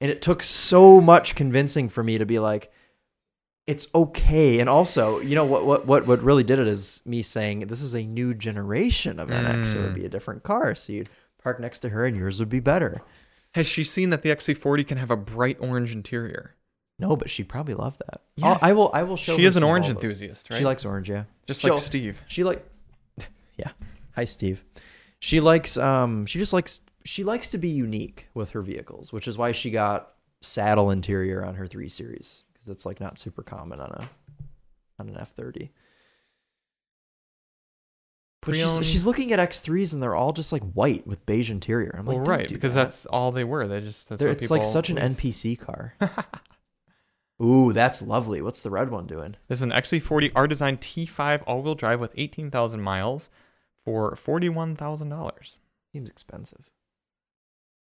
Speaker 1: and it took so much convincing for me to be like, "It's okay." And also, you know what? What? What? What really did it is me saying, "This is a new generation of NX. So it would
Speaker 2: Mm.
Speaker 1: be a different car. So you'd park next to her, and yours would be better."
Speaker 2: Has she seen that the XC40 can have a bright orange interior?
Speaker 1: No, but she'd probably love that.
Speaker 2: Yeah.
Speaker 1: I'll- I will. I will show.
Speaker 2: She
Speaker 1: her
Speaker 2: is an
Speaker 1: some
Speaker 2: orange
Speaker 1: Volvos.
Speaker 2: enthusiast, right?
Speaker 1: She likes orange. Yeah.
Speaker 2: just
Speaker 1: she'll-
Speaker 2: like Steve.
Speaker 1: She like. Yeah. Hi, Steve. She likes. Um. She just likes. She likes to be unique with her vehicles, which is why she got saddle interior on her three series because it's like not super common on a on an F thirty. But she's,
Speaker 2: Pre-owned-
Speaker 1: she's looking at X threes and they're all just like white with beige interior. I'm like,
Speaker 2: well,
Speaker 1: "Don't
Speaker 2: right,
Speaker 1: do
Speaker 2: because
Speaker 1: that."
Speaker 2: that's all they were. They just that's
Speaker 1: There-
Speaker 2: what
Speaker 1: it's like
Speaker 2: people
Speaker 1: such an
Speaker 2: always-
Speaker 1: NPC car. Ooh, that's lovely. What's the red one doing?
Speaker 2: This is an XC40 R Design T5 all wheel drive with 18,000 miles for $41,000.
Speaker 1: Seems expensive.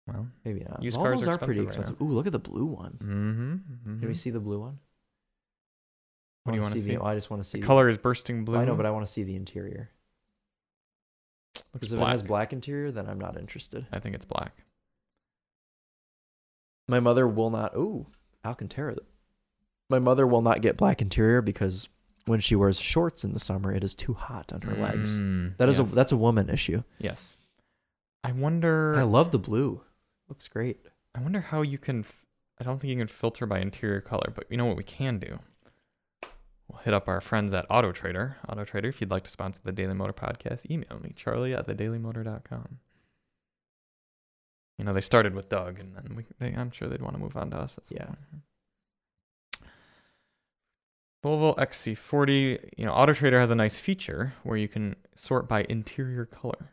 Speaker 2: Well,
Speaker 1: Maybe not.
Speaker 2: Used
Speaker 1: Volvos
Speaker 2: cars are
Speaker 1: are
Speaker 2: expensive
Speaker 1: pretty
Speaker 2: right
Speaker 1: expensive. Ooh, look at the blue one.
Speaker 2: mm-hmm.
Speaker 1: Can we see the blue one?
Speaker 2: What do you
Speaker 1: I
Speaker 2: want to see?
Speaker 1: The, oh, I just want to see
Speaker 2: The color is bursting blue.
Speaker 1: I know, but I want to see the interior.
Speaker 2: Looks
Speaker 1: Because if
Speaker 2: black.
Speaker 1: it has black interior, then I'm not interested.
Speaker 2: I think it's black.
Speaker 1: My mother will not. Ooh, Alcantara. My mother will not get black interior because when she wears shorts in the summer, it is too hot on her legs.
Speaker 2: Mm,
Speaker 1: That is
Speaker 2: yes.
Speaker 1: a that's a woman issue.
Speaker 2: yes. I wonder.
Speaker 1: I love the blue. Looks great.
Speaker 2: I wonder how you can. f- I don't think you can filter by interior color, but you know what we can do? We'll hit up our friends at Auto Trader. Auto Trader, if you'd like to sponsor the Daily Motor podcast, email me, charlie at thedailymotor.com. You know, they started with Doug, and then we, they, I'm sure they'd want to move on to us. at some
Speaker 1: Yeah.
Speaker 2: point. Volvo XC40, you know, Auto Trader has a nice feature where you can sort by interior color.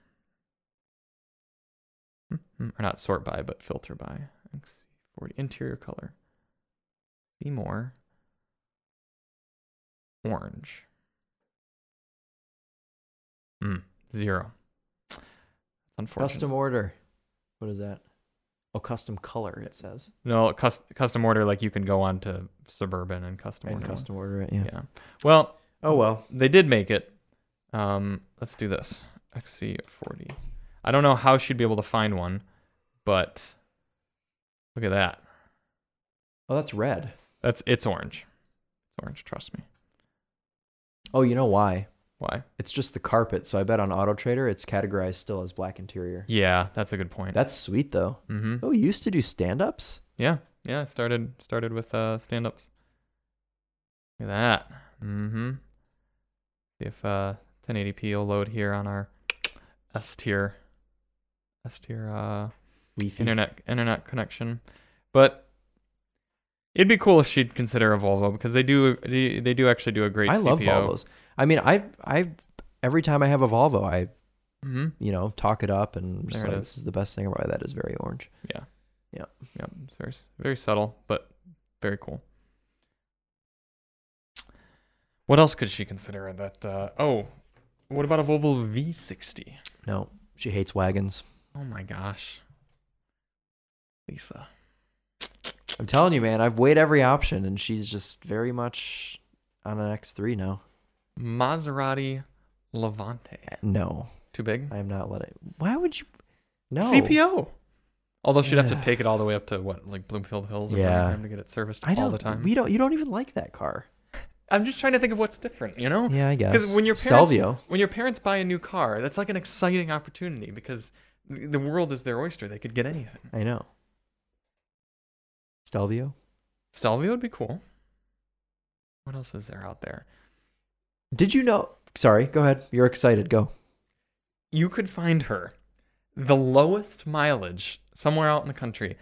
Speaker 2: Mhm. Or not sort by, but filter by. XC40 interior color. Seymour. Orange. Mm, zero. That's unfortunate.
Speaker 1: Custom order. What is that? Oh, custom color. It says.
Speaker 2: No, cus- custom order, like you can go on to suburban and custom
Speaker 1: And
Speaker 2: order. one.
Speaker 1: custom order it.
Speaker 2: Yeah.
Speaker 1: Yeah.
Speaker 2: Well,
Speaker 1: Oh well.
Speaker 2: they did make it. Um, let's do this. XC40. I don't know how she'd be able to find one, but look at that.
Speaker 1: Oh, that's red.
Speaker 2: That's it's orange. It's orange. Trust me.
Speaker 1: Oh, you know why?
Speaker 2: Why?
Speaker 1: It's just the carpet. So I bet on Auto Trader, it's categorized still as black interior.
Speaker 2: Yeah, that's a good point.
Speaker 1: That's sweet though.
Speaker 2: mm-hmm.
Speaker 1: Oh, you used to do stand-ups.
Speaker 2: Yeah, yeah. I Started started with uh, stand ups. Look at that. Mm-hmm. See if uh, 1080p will load here on our S tier test your uh,
Speaker 1: Wi-Fi.
Speaker 2: internet internet connection. But it'd be cool if she'd consider a Volvo because they do they they do actually do a great.
Speaker 1: I love
Speaker 2: CPO.
Speaker 1: Volvos. I mean, I I every time I have a Volvo, I
Speaker 2: Mm-hmm.
Speaker 1: you know talk it up and just
Speaker 2: There it
Speaker 1: like,
Speaker 2: is.
Speaker 1: this is the best thing about that is very orange.
Speaker 2: Yeah.
Speaker 1: Yeah.
Speaker 2: Yeah. It's very, s- very subtle, but very cool. What else could she consider that? Uh, oh, what about a Volvo V60?
Speaker 1: No, she hates wagons.
Speaker 2: Oh my gosh. Lisa.
Speaker 1: I'm telling you, man, I've weighed every option, and she's just very much on an X3 now.
Speaker 2: Maserati Levante.
Speaker 1: No,
Speaker 2: Too big?
Speaker 1: I am not letting. Why would you? No,
Speaker 2: CPO. Although she'd have to
Speaker 1: Yeah.
Speaker 2: take it all the way up to what, like Bloomfield Hills or
Speaker 1: Yeah.
Speaker 2: Birmingham to get it serviced
Speaker 1: I don't.
Speaker 2: all the time.
Speaker 1: We don't. You don't even like that car.
Speaker 2: I'm just trying to think of what's different, you know?
Speaker 1: Yeah, I guess.
Speaker 2: Oh. Because when your parents
Speaker 1: Stelvio,
Speaker 2: when your parents buy a new car, that's like an exciting opportunity because th- the world is their oyster. They could get anything.
Speaker 1: I know. Stelvio,
Speaker 2: Stelvio would be cool. What else is there out there?
Speaker 1: did you know? Sorry, go ahead. You're excited. Go.
Speaker 2: You could find her the lowest mileage somewhere out in the country.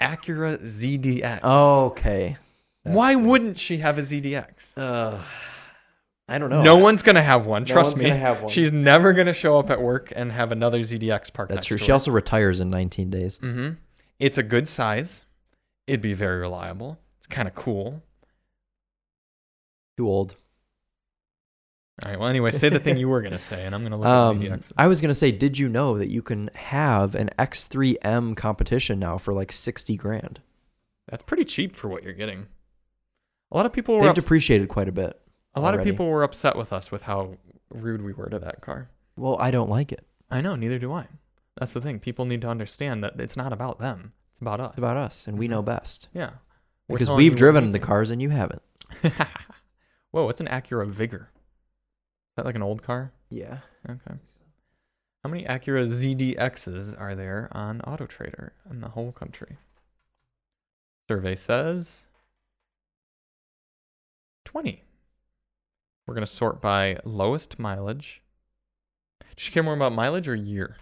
Speaker 2: Acura ZDX.
Speaker 1: Okay. Oh, That's
Speaker 2: why
Speaker 1: good.
Speaker 2: wouldn't she have a ZDX?
Speaker 1: Uh, I don't know.
Speaker 2: No, one's gonna have one.
Speaker 1: No
Speaker 2: Trust
Speaker 1: one's
Speaker 2: me.
Speaker 1: gonna have one.
Speaker 2: She's never gonna show up at work and have another ZDX parked.
Speaker 1: That's
Speaker 2: next
Speaker 1: true.
Speaker 2: to
Speaker 1: She
Speaker 2: her.
Speaker 1: also retires in 19 days.
Speaker 2: Mm-hmm. It's a good size. It'd be very reliable. It's kind of cool.
Speaker 1: Too old.
Speaker 2: All right. Well, anyway, say the thing you were gonna say, and I'm gonna look at
Speaker 1: Um,
Speaker 2: ZDX.
Speaker 1: I was gonna say, did you know that you can have an X3M competition now for like 60 grand?
Speaker 2: That's pretty cheap for what you're getting. A lot of people were
Speaker 1: They've
Speaker 2: ups-
Speaker 1: depreciated quite a bit.
Speaker 2: a lot
Speaker 1: already.
Speaker 2: of people were upset with us with how rude we were to that car.
Speaker 1: Well, I don't like it.
Speaker 2: I know. Neither do I. That's the thing. People need to understand that it's not about them. It's about us.
Speaker 1: It's about us, and we know best
Speaker 2: yeah. We're
Speaker 1: because
Speaker 2: telling you
Speaker 1: we've
Speaker 2: what
Speaker 1: driven
Speaker 2: we
Speaker 1: the
Speaker 2: think.
Speaker 1: cars and you haven't.
Speaker 2: Whoa, what's an Acura Vigor? Is that like an old car?
Speaker 1: Yeah.
Speaker 2: Okay. How many Acura ZDXs are there on Auto Trader in the whole country? Survey says 20. We're going to sort by lowest mileage. Does she care more about mileage or year?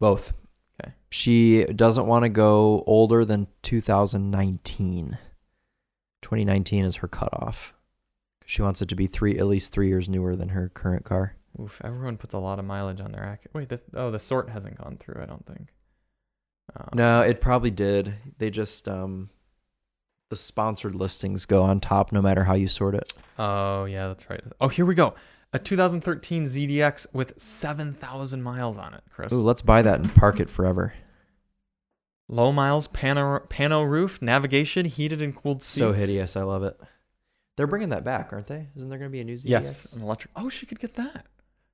Speaker 1: Both.
Speaker 2: Okay.
Speaker 1: She doesn't want to go older than 2019. 2019 is her cutoff. She wants it to be three, at least three years newer than her current car.
Speaker 2: Oof, everyone puts a lot of mileage on their Acura. Wait, this, oh, the sort hasn't gone through, I don't think. Uh,
Speaker 1: No, it probably did. They just um, the sponsored listings go on top no matter how you sort it.
Speaker 2: Oh, yeah, that's right. Oh, here we go. A 2013 ZDX with 7,000 miles on it, Chris.
Speaker 1: Ooh, let's buy that and park it forever.
Speaker 2: Low miles, pano, pano roof, navigation, heated and cooled seats.
Speaker 1: So hideous, I love it. They're bringing that back, aren't they? Isn't there going to be a new ZDX?
Speaker 2: Yes, an electric. Oh, she could get that.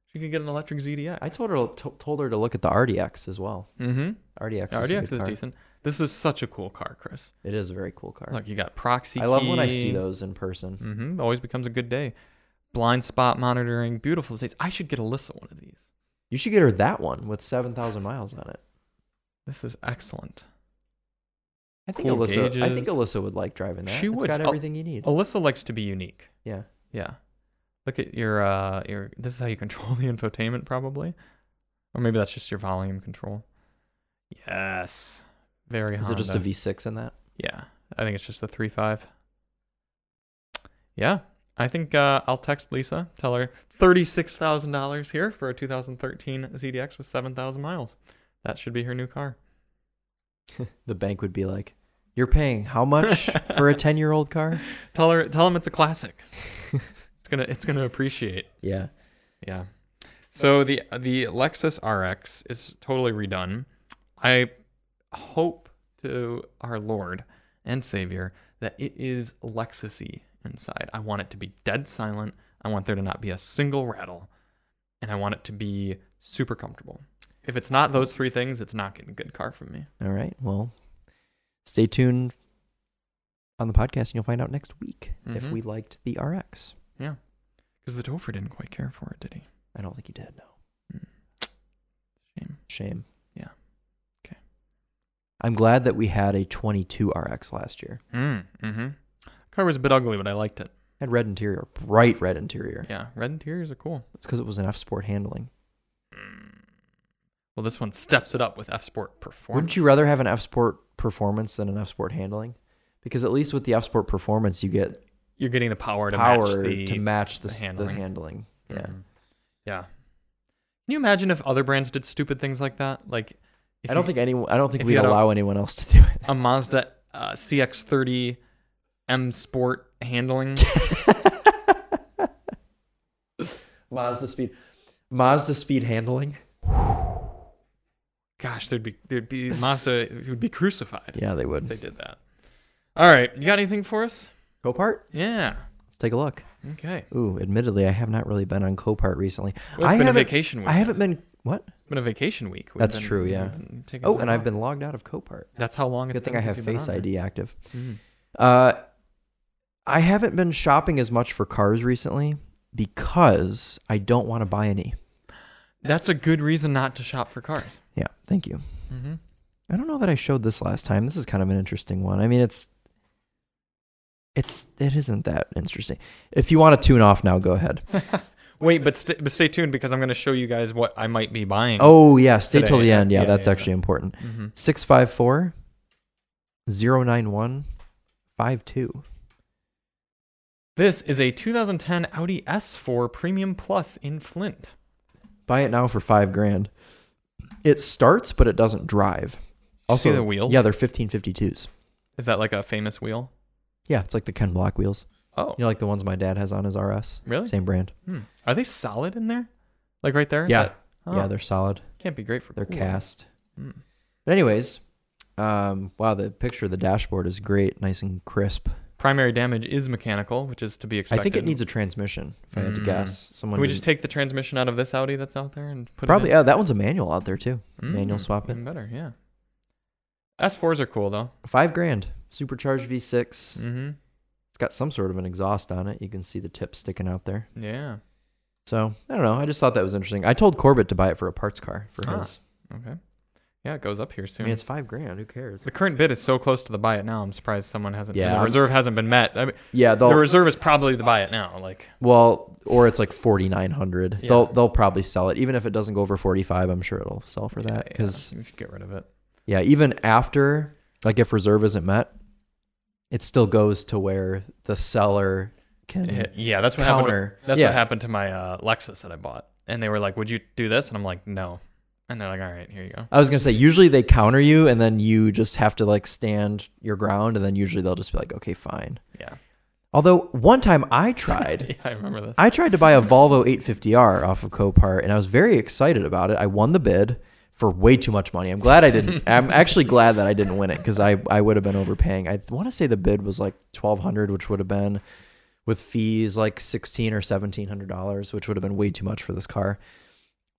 Speaker 2: She could get an electric ZDX.
Speaker 1: I told her to- told her to look at the RDX as well.
Speaker 2: mm-hmm.
Speaker 1: RDX, is, a
Speaker 2: RDX
Speaker 1: good
Speaker 2: is
Speaker 1: car.
Speaker 2: decent. This is such a cool car, Chris.
Speaker 1: It is a very cool car.
Speaker 2: Look, you got proxy.
Speaker 1: I love when I see
Speaker 2: key.
Speaker 1: those in person.
Speaker 2: Mm-hmm. Always becomes a good day. Blind spot monitoring, beautiful states. I should get Alyssa one of these.
Speaker 1: You should get her that one with seven thousand miles on it.
Speaker 2: This is excellent.
Speaker 1: I think
Speaker 2: Cool
Speaker 1: Alyssa. I think
Speaker 2: gauges.
Speaker 1: Alyssa would like driving that.
Speaker 2: She
Speaker 1: It's
Speaker 2: would. Oh.
Speaker 1: got
Speaker 2: I'll-
Speaker 1: everything you need.
Speaker 2: Alyssa likes to be unique.
Speaker 1: Yeah.
Speaker 2: Yeah. Look at your uh your this is how you control the infotainment probably. Or maybe that's just your volume control. Yes. Very
Speaker 1: Is it just a
Speaker 2: Honda.
Speaker 1: V6 in that?
Speaker 2: Yeah. I think it's just a three five. Yeah. I think uh, I'll text Lisa, tell her $36,000 here for a 2013 ZDX with 7,000 miles. That should be her new car.
Speaker 1: The bank would be like, "You're paying how much for a ten-year-old car?"
Speaker 2: Tell her tell him it's a classic. it's going to it's going to appreciate.
Speaker 1: Yeah.
Speaker 2: Yeah. So the the Lexus RX is totally redone. I hope to our Lord and Savior that it is Lexusy inside. I want it to be dead silent. I want there to not be a single rattle, and I want it to be super comfortable. If it's not those three things, it's not getting a good car from me.
Speaker 1: All right. Well, stay tuned on the podcast, and you'll find out next week if
Speaker 2: Mhm.
Speaker 1: we liked the RX.
Speaker 2: Because the Dofer didn't quite care for it, did he?
Speaker 1: I don't think you did. No
Speaker 2: Shame.
Speaker 1: shame.
Speaker 2: Yeah. Okay.
Speaker 1: I'm glad that we had a 22 RX last year.
Speaker 2: Mm, mm-hmm. Car was a bit ugly, but I liked it.
Speaker 1: Had red interior, bright red interior.
Speaker 2: Yeah, red interiors are cool.
Speaker 1: It's because it was an F Sport handling.
Speaker 2: Mm. Hmm. Well, this one steps it up with F Sport Performance.
Speaker 1: Wouldn't you rather have an F Sport performance than an F Sport handling? Because at least with the F Sport performance, you get
Speaker 2: You're getting the power to
Speaker 1: power
Speaker 2: match the
Speaker 1: to match the,
Speaker 2: the
Speaker 1: s-
Speaker 2: handling.
Speaker 1: The handling. Yeah.
Speaker 2: Mhm. Yeah. Can you imagine if other brands did stupid things like that? Like, if
Speaker 1: I don't
Speaker 2: you-
Speaker 1: think anyone. I don't think
Speaker 2: if
Speaker 1: we'd
Speaker 2: you had a-
Speaker 1: allow anyone else to do it.
Speaker 2: a Mazda uh, CX-30 M Sport handling.
Speaker 1: Mazda speed. Mazda speed handling.
Speaker 2: Gosh, there'd be there'd be Mazda would be crucified
Speaker 1: Yeah, they
Speaker 2: if
Speaker 1: would.
Speaker 2: they did that. All right, you got anything for us?
Speaker 1: Copart.
Speaker 2: Yeah.
Speaker 1: Let's take a look.
Speaker 2: Okay.
Speaker 1: Ooh, admittedly, I have not really been on Copart recently.
Speaker 2: Well, it's
Speaker 1: I
Speaker 2: been a
Speaker 1: haven't-
Speaker 2: vacation week.
Speaker 1: I haven't been. What?
Speaker 2: It's been a vacation week. We've
Speaker 1: That's
Speaker 2: been-
Speaker 1: true,
Speaker 2: we've
Speaker 1: yeah.
Speaker 2: been taking
Speaker 1: Oh,
Speaker 2: time
Speaker 1: and I've
Speaker 2: off.
Speaker 1: been logged out of Copart.
Speaker 2: That's how long it's
Speaker 1: Good thing
Speaker 2: been
Speaker 1: I
Speaker 2: since
Speaker 1: have
Speaker 2: you've been
Speaker 1: Face
Speaker 2: on
Speaker 1: ID active.
Speaker 2: there. Mhm.
Speaker 1: Uh, I haven't been shopping as much for cars recently because I don't want to buy any.
Speaker 2: That's a good reason not to shop for cars.
Speaker 1: Yeah, thank you.
Speaker 2: Mm-hmm.
Speaker 1: I don't know that I showed this last time. This is kind of an interesting one. I mean, it's it's it isn't that interesting. If you want to tune off now, go ahead.
Speaker 2: Wait, but, st- but stay tuned because I'm going to show you guys what I might be buying.
Speaker 1: Oh yeah, stay till
Speaker 2: Today,
Speaker 1: the end. Yeah,
Speaker 2: yeah,
Speaker 1: that's
Speaker 2: yeah,
Speaker 1: actually important.
Speaker 2: Mhm.
Speaker 1: 654 091 52.
Speaker 2: This is a 2010 Audi S4 Premium Plus in Flint.
Speaker 1: Buy it now for 5 grand. It starts but it doesn't drive. Also
Speaker 2: the wheels?
Speaker 1: Yeah, they're 1552s.
Speaker 2: Is that like a famous wheel?
Speaker 1: Yeah, it's like the Ken Block wheels.
Speaker 2: Oh,
Speaker 1: You know like the ones my dad has on his RS.
Speaker 2: really?
Speaker 1: Same brand.
Speaker 2: Hmm. Are they solid in there? Like right there?
Speaker 1: Yeah.
Speaker 2: That- oh,
Speaker 1: Yeah, they're solid.
Speaker 2: can't be great for
Speaker 1: They're
Speaker 2: cooling.
Speaker 1: cast.
Speaker 2: Hmm.
Speaker 1: But anyways, um, wow, the picture of the dashboard is great, nice and crisp.
Speaker 2: Primary damage is mechanical, which is to be expected.
Speaker 1: I think it needs a transmission. If I had to
Speaker 2: Mm.
Speaker 1: guess, someone
Speaker 2: Can we just
Speaker 1: didn't-
Speaker 2: take the transmission out of this Audi that's out there and put
Speaker 1: probably.
Speaker 2: it
Speaker 1: Yeah, that one's a manual out there too.
Speaker 2: in?
Speaker 1: manual swap it.
Speaker 2: Even better, yeah. S4s are cool though.
Speaker 1: Five grand, supercharged V6. It's
Speaker 2: Mm-hmm.
Speaker 1: got some sort of an exhaust on it. You can see the tip sticking out there.
Speaker 2: Yeah.
Speaker 1: So I don't know. I just thought that was interesting. I told Corbett to buy it for a parts car for
Speaker 2: Ah,
Speaker 1: his.
Speaker 2: Okay. Yeah, it goes up here
Speaker 1: I
Speaker 2: soon.
Speaker 1: mean, it's five grand. Who cares?
Speaker 2: the current bid is so close to the buy it now. I'm surprised someone hasn't.
Speaker 1: Yeah,
Speaker 2: the
Speaker 1: I'm-
Speaker 2: reserve hasn't been met. I mean,
Speaker 1: Yeah, they'll
Speaker 2: the reserve is probably the buy it now. Like,
Speaker 1: well, or it's like forty nine hundred.
Speaker 2: Yeah.
Speaker 1: They'll they'll probably sell it, even if it doesn't go over forty five. I'm sure it'll sell for that
Speaker 2: yeah,
Speaker 1: because
Speaker 2: yeah, just get rid of it.
Speaker 1: Yeah, even after, like if reserve isn't met, it still goes to where the seller can
Speaker 2: Yeah, Yeah, that's what happened.
Speaker 1: counter.
Speaker 2: That's
Speaker 1: yeah.
Speaker 2: what happened to my uh, Lexus that I bought. And they were like, "Would you do this?" And I'm like, "No." And they're like, "All right, here you go."
Speaker 1: I was gonna say usually they counter you, and then you just have to like stand your ground, and then usually they'll just be like, okay, fine.
Speaker 2: Yeah,
Speaker 1: Although one time I tried.
Speaker 2: yeah, I remember this.
Speaker 1: I tried to buy a Volvo 850R off of Copart, and I was very excited about it. I won the bid for way too much money. I'm glad I didn't. I'm actually glad that I didn't win it because I, I would have been overpaying. I want to say the bid was like 1200 which would have been with fees like 16 or $1,700, which would have been way too much for this car.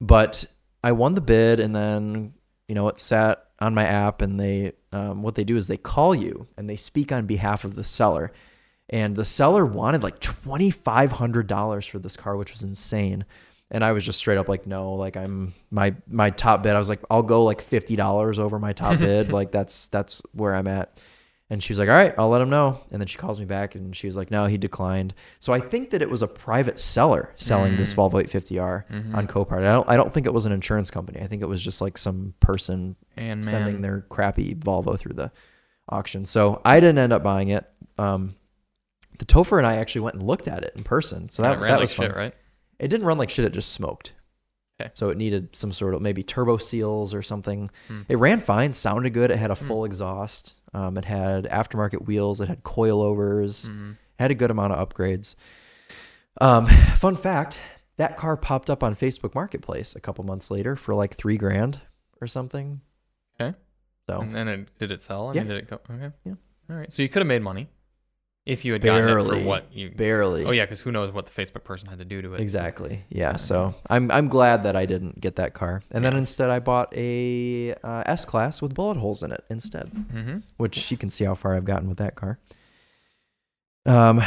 Speaker 1: But I won the bid, and then, you know, it sat on my app, and they, um, what they do is they call you and they speak on behalf of the seller and the seller wanted like twenty five hundred dollars for this car, which was insane. And I was just straight up like, no, like I'm my my top bid. I was like, I'll go like fifty dollars over my top bid. Like that's that's where I'm at. And she was like, all right, I'll let him know. And then she calls me back and she was like, no, he declined. So I think that it was a private seller selling this
Speaker 2: Mm. Mm-hmm.
Speaker 1: Volvo 850R on Copart. I don't I don't think it was an insurance company. I think it was just like some person
Speaker 2: and man,
Speaker 1: sending their crappy Volvo through the auction. So I didn't end up buying it. Um, the Topher and I actually went and looked at it in person. So
Speaker 2: Yeah, it
Speaker 1: that,
Speaker 2: ran
Speaker 1: that
Speaker 2: like
Speaker 1: was fun.
Speaker 2: shit, right?
Speaker 1: It didn't run like shit. It just smoked.
Speaker 2: Okay.
Speaker 1: So it needed some sort of maybe turbo seals or something.
Speaker 2: Hmm.
Speaker 1: It ran fine, sounded good. It had a
Speaker 2: Hmm.
Speaker 1: full exhaust. Um, it had aftermarket wheels. It had coilovers.
Speaker 2: Mm-hmm.
Speaker 1: Had a good amount of upgrades. Um, fun fact: that car popped up on Facebook Marketplace a couple months later for like three grand or something.
Speaker 2: Okay.
Speaker 1: So
Speaker 2: Mm-hmm. And then it did it sell? I
Speaker 1: Oh. Yeah.
Speaker 2: mean, did it go? Okay.
Speaker 1: Yeah.
Speaker 2: All right. So you could have made money if you had gotten it
Speaker 1: Barely.
Speaker 2: for what you.
Speaker 1: barely
Speaker 2: Oh yeah, because who knows what the Facebook person had to do to it?
Speaker 1: exactly yeah so i'm i'm glad that i didn't get that car and then
Speaker 2: Yeah.
Speaker 1: instead i bought a uh, s class with bullet holes in it instead
Speaker 2: Mm-hmm.
Speaker 1: which you can see how far i've gotten with that car um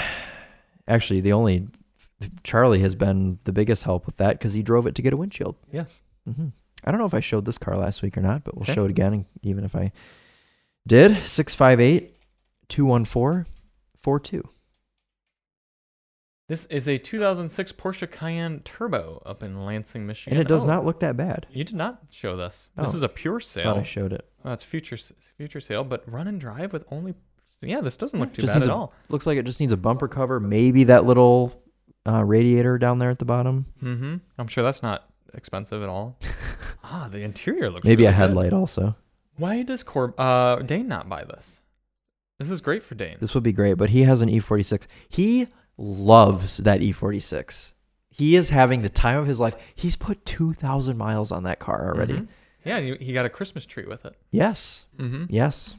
Speaker 1: actually the only charlie has been the biggest help with that because he drove it to get a windshield
Speaker 2: Yes.
Speaker 1: hmm I don't know if I showed this car last week or not, but we'll
Speaker 2: Okay.
Speaker 1: show it again, even if I did. 658 214 42.
Speaker 2: This is a 2006 Porsche Cayenne Turbo up in Lansing, Michigan.
Speaker 1: and it does
Speaker 2: Oh,
Speaker 1: not look that bad.
Speaker 2: You did not show this. This
Speaker 1: Oh.
Speaker 2: is a pure
Speaker 1: Thought I
Speaker 2: sale.
Speaker 1: showed it.
Speaker 2: Oh, it's future s- future sale, but run and drive with only. Yeah, this doesn't look too
Speaker 1: Just
Speaker 2: bad
Speaker 1: needs
Speaker 2: at
Speaker 1: a-
Speaker 2: all.
Speaker 1: Looks like it just needs a bumper cover, maybe that little uh, radiator down there at the bottom,
Speaker 2: Mm-hmm. I'm sure that's not expensive at all. ah, the interior looks.
Speaker 1: maybe
Speaker 2: really
Speaker 1: a
Speaker 2: good.
Speaker 1: headlight also.
Speaker 2: Why does Corb uh Dane not buy this? This is great for Dane.
Speaker 1: This would be great, but he has an E46. He loves that E46. He is having the time of his life. He's put 2,000 miles on that car already.
Speaker 2: Mhm. Yeah, and he- he got a Christmas tree with it.
Speaker 1: Yes.
Speaker 2: Mm-hmm.
Speaker 1: Yes.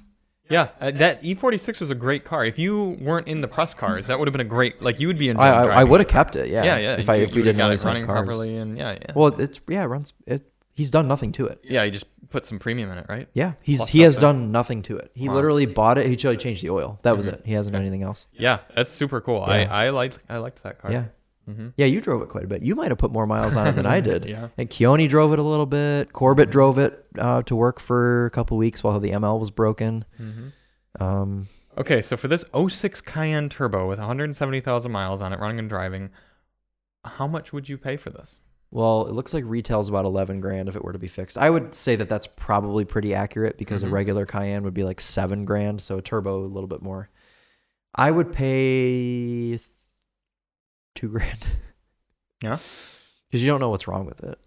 Speaker 2: Yeah, uh, that E46 was a great car. If you weren't in the press cars, that would have been a great like you would be
Speaker 1: I,
Speaker 2: enjoying.
Speaker 1: I, I
Speaker 2: driving
Speaker 1: would have
Speaker 2: it.
Speaker 1: kept it. Yeah.
Speaker 2: Yeah, yeah.
Speaker 1: If,
Speaker 2: you-
Speaker 1: I,
Speaker 2: you
Speaker 1: if we
Speaker 2: would've
Speaker 1: didn't
Speaker 2: got
Speaker 1: always
Speaker 2: it running
Speaker 1: have cars.
Speaker 2: properly, and yeah, yeah.
Speaker 1: Well, it's, yeah, it runs. It, he's done nothing to it.
Speaker 2: yeah, you just put some premium in it, right?
Speaker 1: Yeah. He's,
Speaker 2: Plus
Speaker 1: he has
Speaker 2: nothing.
Speaker 1: done nothing to it. He
Speaker 2: Wow.
Speaker 1: literally bought it. He ch- changed the oil. That was
Speaker 2: Mhm.
Speaker 1: it. He hasn't done anything else.
Speaker 2: Yeah, that's super cool.
Speaker 1: Yeah.
Speaker 2: I I liked I liked that car.
Speaker 1: Yeah.
Speaker 2: Mhm.
Speaker 1: Yeah. You drove it quite a bit. You might have put more miles on it than I did.
Speaker 2: Yeah.
Speaker 1: And Keone drove it a little bit. Corbett drove it uh, to work for a couple weeks while the ML was broken.
Speaker 2: Mhm.
Speaker 1: Um,
Speaker 2: Okay, so for this 06 Cayenne Turbo with 170,000 miles on it, running and driving, how much would you pay for this?
Speaker 1: well, it looks like retail's about eleven grand if it were to be fixed. I would say that that's probably pretty accurate because
Speaker 2: Mhm.
Speaker 1: a regular Cayenne would be like seven grand, so a turbo a little bit more. I would pay th- two grand.
Speaker 2: Yeah?
Speaker 1: because you don't know what's wrong with it.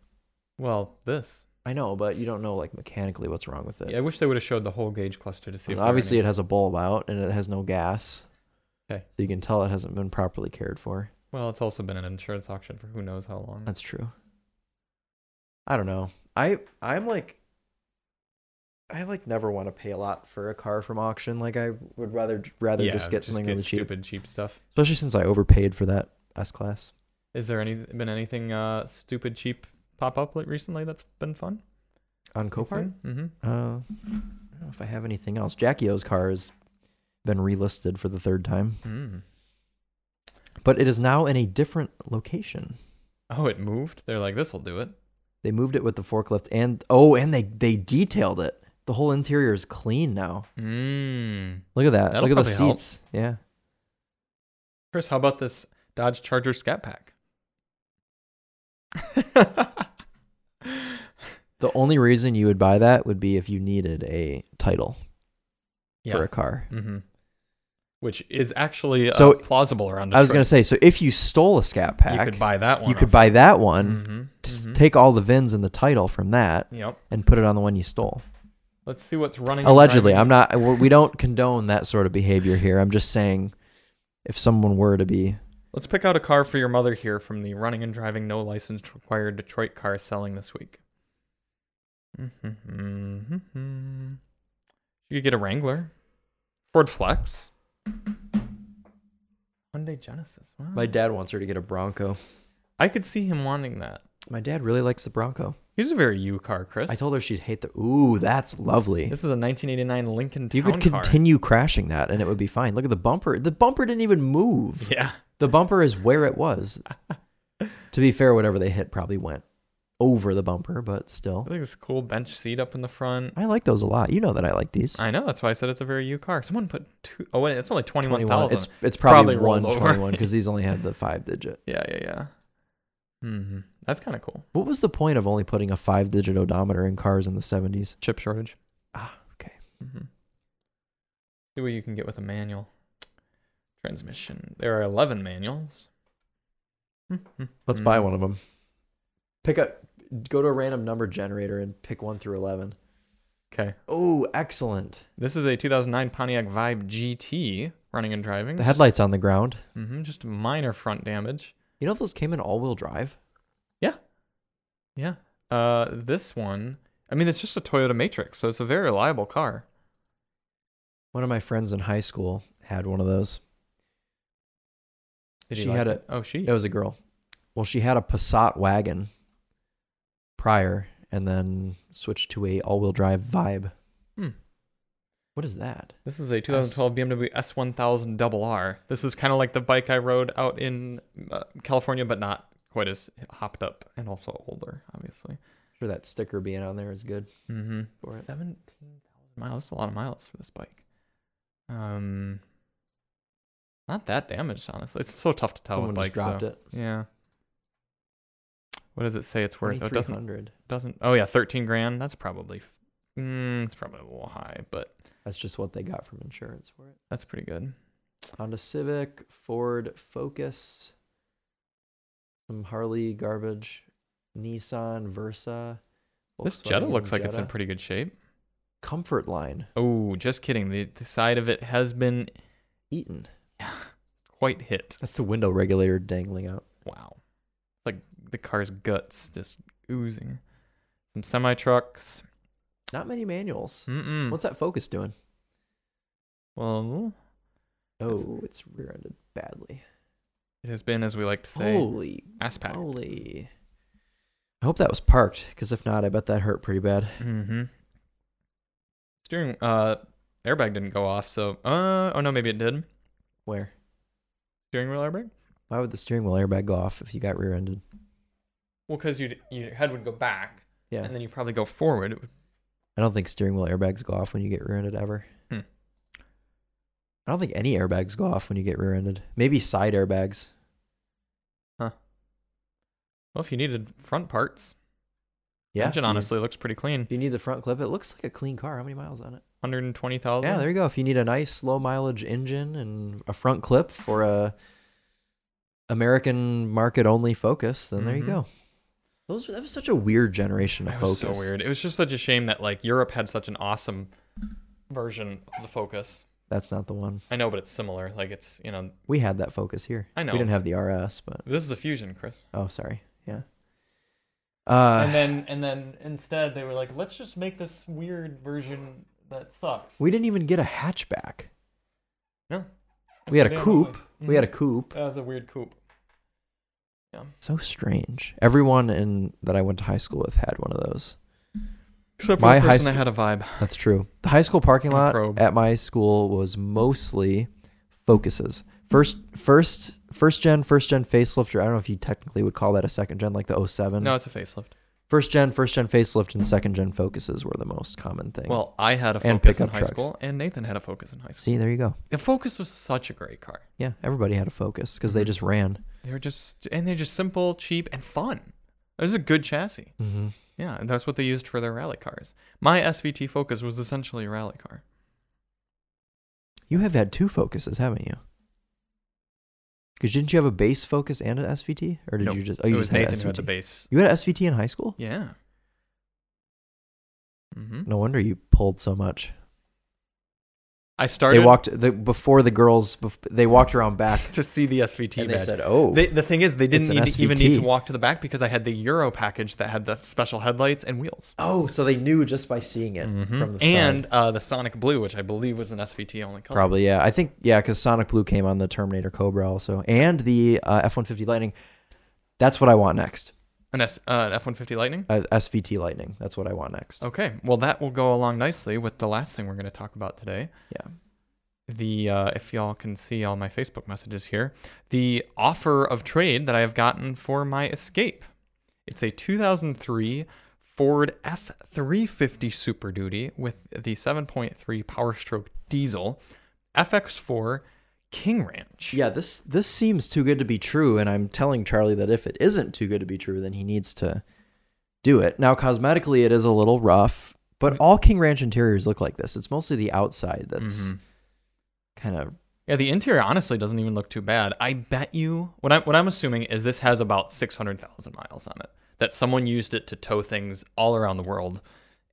Speaker 2: Well, this.
Speaker 1: I know, but you don't know like mechanically what's wrong with it.
Speaker 2: Yeah, I wish they would have showed the whole gauge cluster to see. If there were
Speaker 1: Obviously,
Speaker 2: any-
Speaker 1: it has a bulb out and it has no gas.
Speaker 2: Okay.
Speaker 1: So you can tell it hasn't been properly cared for.
Speaker 2: well, it's also been an insurance auction for who knows how long.
Speaker 1: That's true. I don't know. I I'm like I like never want to pay a lot for a car from auction. Like I would rather rather
Speaker 2: yeah,
Speaker 1: just get something really cheap.
Speaker 2: Stupid cheap stuff.
Speaker 1: Especially since I overpaid for that S class.
Speaker 2: Is there any been anything uh, stupid cheap pop up like recently that's been fun?
Speaker 1: On Copart?
Speaker 2: Mm-hmm.
Speaker 1: Uh, I don't know if I have anything else. Jackie O's car has been relisted for the third time.
Speaker 2: Mm.
Speaker 1: But it is now in a different location.
Speaker 2: Oh, it moved. They're like, this will do it.
Speaker 1: They moved it with the forklift and oh and they they detailed it. The whole interior is clean now.
Speaker 2: Mm.
Speaker 1: Look at that.
Speaker 2: That'll
Speaker 1: Look at the
Speaker 2: probably help.
Speaker 1: seats. Yeah.
Speaker 2: Chris, how about this Dodge Charger Scat Pack?
Speaker 1: The only reason you would buy that would be if you needed a title for a car.
Speaker 2: Mm-hmm. Which is actually uh,
Speaker 1: So-
Speaker 2: plausible around. Detroit.
Speaker 1: I was going to say, so if you stole a Scat Pack,
Speaker 2: you could buy that one.
Speaker 1: that one,
Speaker 2: Mm-hmm.
Speaker 1: just take all the VINs and the title from that,
Speaker 2: Yep.
Speaker 1: and put it on the one you stole.
Speaker 2: Let's see what's running. and
Speaker 1: Allegedly,
Speaker 2: driving.
Speaker 1: I'm not. we're- We don't condone that sort of behavior here. I'm just saying, if someone were to be,
Speaker 2: Let's pick out a car for your mother here from the running and driving no license required Detroit car selling this week. Mm-hmm. You could get a Wrangler, Ford Flex, Hyundai Genesis. Wow.
Speaker 1: my dad wants her to get a Bronco.
Speaker 2: I could see him wanting that.
Speaker 1: My dad really likes the Bronco.
Speaker 2: Here's a very you car, Chris.
Speaker 1: I told her she'd hate the. Ooh, that's lovely.
Speaker 2: this is a 1989 Lincoln
Speaker 1: You
Speaker 2: Town
Speaker 1: could
Speaker 2: car.
Speaker 1: continue crashing that, and it would be fine. Look at the bumper. The bumper didn't even move.
Speaker 2: Yeah.
Speaker 1: The bumper is where it was. to be fair, whatever they hit probably went over the bumper, but
Speaker 2: I
Speaker 1: still.
Speaker 2: think this cool bench seat up in the front.
Speaker 1: I like those a lot. You know that I like these.
Speaker 2: I know that's why I said it's a very you car. Someone put two oh wait, it's only
Speaker 1: 21.
Speaker 2: 21,000.
Speaker 1: It's it's probably,
Speaker 2: Probably rolled over.
Speaker 1: 121 because these only had the five digit.
Speaker 2: Yeah, yeah, yeah. hmm That's kind of cool.
Speaker 1: What was the point of only putting a five digit odometer in cars in the 70s?
Speaker 2: Chip shortage.
Speaker 1: Ah, okay.
Speaker 2: hmm See what you can get with a manual. Transmission. There are 11 manuals. Mm-hmm.
Speaker 1: Let's buy
Speaker 2: Mm.
Speaker 1: one of them. Pick up go to a random number generator and pick 1 through 11.
Speaker 2: Okay.
Speaker 1: Oh, excellent.
Speaker 2: This is a 2009 Pontiac Vibe GT running and driving.
Speaker 1: The headlights on the ground.
Speaker 2: hmm just minor front damage.
Speaker 1: You know if those came in all-wheel drive?
Speaker 2: Yeah. Uh, this one, I mean, it's just a Toyota Matrix, so it's a very reliable car.
Speaker 1: One of my friends in high school had one of those.
Speaker 2: Did he
Speaker 1: She
Speaker 2: like
Speaker 1: had
Speaker 2: it? Oh, she.
Speaker 1: It was a girl. Well, she had a Passat wagon prior, and then switched to a all-wheel drive Vibe.
Speaker 2: Hmm.
Speaker 1: What is that?
Speaker 2: This is a 2012 BMW S1000 Double R. This is kind of like the bike I rode out in uh, California, but not quite as hopped up and also older, obviously.
Speaker 1: sure, that sticker being on there is good.
Speaker 2: Mm-hmm.
Speaker 1: For it.
Speaker 2: 17,000 miles. That's a lot of miles for this bike. Um, Not that damaged, honestly. It's so tough to tell
Speaker 1: Someone
Speaker 2: with bikes.
Speaker 1: just dropped
Speaker 2: though.
Speaker 1: it.
Speaker 2: Yeah. What does it say it's worth? Oh, it doesn't
Speaker 1: 2300
Speaker 2: doesn't. Oh yeah, thirteen grand. That's probably. f- Mm, it's probably a little high, but
Speaker 1: That's just what they got from insurance for it.
Speaker 2: that's pretty good.
Speaker 1: Honda Civic, Ford Focus, some Harley garbage, Nissan Versa.
Speaker 2: This Jetta
Speaker 1: Volkswagen
Speaker 2: looks like it's in
Speaker 1: Jetta.
Speaker 2: pretty good shape.
Speaker 1: Comfort Line,
Speaker 2: Oh, just kidding. The, the side of it has been
Speaker 1: Eaton.
Speaker 2: quite hit.
Speaker 1: That's the window regulator dangling out.
Speaker 2: Wow. Like the car's guts just oozing. Some semi trucks.
Speaker 1: Not many manuals.
Speaker 2: Mm-mm.
Speaker 1: What's that Focus doing?
Speaker 2: Well,
Speaker 1: Oh,
Speaker 2: It's-
Speaker 1: it's rear-ended badly.
Speaker 2: it has been, as we like to say,
Speaker 1: Holy
Speaker 2: ass pack.
Speaker 1: moly! I hope that was parked, because if not, I bet that hurt pretty bad.
Speaker 2: Mm-hmm. Steering uh airbag didn't go off, so uh oh no, maybe it did.
Speaker 1: Where?
Speaker 2: Steering wheel airbag?
Speaker 1: Why would the steering wheel airbag go off if you got rear-ended?
Speaker 2: Well, because you your head would go back,
Speaker 1: Yeah.
Speaker 2: and then you probably go forward. It would-
Speaker 1: I don't think steering wheel airbags go off when you get rear-ended ever.
Speaker 2: Hmm.
Speaker 1: I don't think any airbags go off when you get rear-ended. Maybe side airbags.
Speaker 2: Well, if you needed front parts,
Speaker 1: Yeah. if
Speaker 2: engine
Speaker 1: you-
Speaker 2: honestly looks pretty clean.
Speaker 1: If you need the front clip, it looks like a clean car. How many miles on it?
Speaker 2: Hundred and twenty thousand.
Speaker 1: Yeah, there you go. If you need a nice low mileage engine and a front clip for a American market only Focus, then there you
Speaker 2: Mhm.
Speaker 1: go. Those that was such a weird generation of
Speaker 2: That was
Speaker 1: Focus.
Speaker 2: so weird. It was just such a shame that like Europe had such an awesome version of the Focus.
Speaker 1: That's not the one.
Speaker 2: I know, but it's similar. Like it's you know
Speaker 1: We had that Focus here.
Speaker 2: I know.
Speaker 1: We didn't have the RS, but
Speaker 2: this is a fusion, Chris.
Speaker 1: oh, sorry. Yeah. Uh,
Speaker 2: and then and then instead they were like, let's just make this weird version that sucks.
Speaker 1: we didn't even get a hatchback.
Speaker 2: That's
Speaker 1: we had a
Speaker 2: sedan
Speaker 1: coupe.
Speaker 2: only.
Speaker 1: We had a
Speaker 2: Mhm.
Speaker 1: coupe.
Speaker 2: That was a weird coupe.
Speaker 1: So strange. Everyone in that I went to high school with had one of those.
Speaker 2: Except
Speaker 1: for
Speaker 2: my
Speaker 1: My the high
Speaker 2: high
Speaker 1: person
Speaker 2: school
Speaker 1: that
Speaker 2: had a vibe.
Speaker 1: That's true. The high school parking
Speaker 2: And a
Speaker 1: lot
Speaker 2: probe.
Speaker 1: at my school was mostly focuses. First first first gen, first gen facelifter. I don't know if you technically would call that a second gen like the 07.
Speaker 2: No, it's a facelift.
Speaker 1: First gen, first gen facelift and second gen focuses were the most common thing.
Speaker 2: Well, I had a
Speaker 1: And
Speaker 2: Focus in
Speaker 1: pickup
Speaker 2: high
Speaker 1: trucks.
Speaker 2: school, and Nathan had a Focus in high school.
Speaker 1: see, there you go.
Speaker 2: The Focus was such a great car.
Speaker 1: Yeah, everybody had a focus because they
Speaker 2: Mhm.
Speaker 1: just ran.
Speaker 2: They were just and they're just simple, cheap, and fun. It was a good chassis.
Speaker 1: Mm-hmm.
Speaker 2: Yeah, and that's what they used for their rally cars. My SVT Focus was essentially a rally car.
Speaker 1: You have had two focuses, haven't you? Because didn't you have a base focus and an SVT, or did
Speaker 2: Nope.
Speaker 1: you just? Oh, you
Speaker 2: it
Speaker 1: just
Speaker 2: was
Speaker 1: had
Speaker 2: Nathan who
Speaker 1: SVT.
Speaker 2: had the base.
Speaker 1: You had a SVT in high school.
Speaker 2: Yeah. hmm
Speaker 1: No wonder you pulled so much.
Speaker 2: I started
Speaker 1: They walked the, before the girls. Bef- they walked around back,
Speaker 2: to see the SVT
Speaker 1: and they
Speaker 2: badge.
Speaker 1: said, "Oh,
Speaker 2: They- the thing is, they didn't
Speaker 1: an
Speaker 2: need to even need to
Speaker 1: SVT.
Speaker 2: walk to the back because I had the Euro package that had the special headlights and wheels.
Speaker 1: oh." So they knew just by seeing it
Speaker 2: Mhm.
Speaker 1: from the
Speaker 2: and
Speaker 1: side.
Speaker 2: uh, the Sonic Blue, which I believe was an SVT only color.
Speaker 1: Probably, yeah. I think, yeah, because Sonic Blue came on the Terminator Cobra also, and the uh, F one fifty Lightning. That's what I want next.
Speaker 2: An S, uh, F one fifty Lightning.
Speaker 1: Uh, SVT Lightning. That's what I want next.
Speaker 2: Okay, well that will go along nicely with the last thing we're going to talk about today.
Speaker 1: Yeah.
Speaker 2: The uh, if y'all can see all my Facebook messages here, the offer of trade that I have gotten for my Escape. It's a 2003 Ford F350 Super Duty with the 7.3 Power Stroke diesel, FX4 King Ranch.
Speaker 1: Yeah, this this seems too good to be true, and I'm telling Charlie that if it isn't too good to be true, then he needs to do it. Now, cosmetically, it is a little rough, but all King Ranch interiors look like this. It's mostly the outside that's
Speaker 2: Mhm.
Speaker 1: kind of
Speaker 2: Yeah, the interior honestly doesn't even look too bad. I bet you what I'm what I'm assuming is this has about six hundred thousand miles on it. That someone used it to tow things all around the world,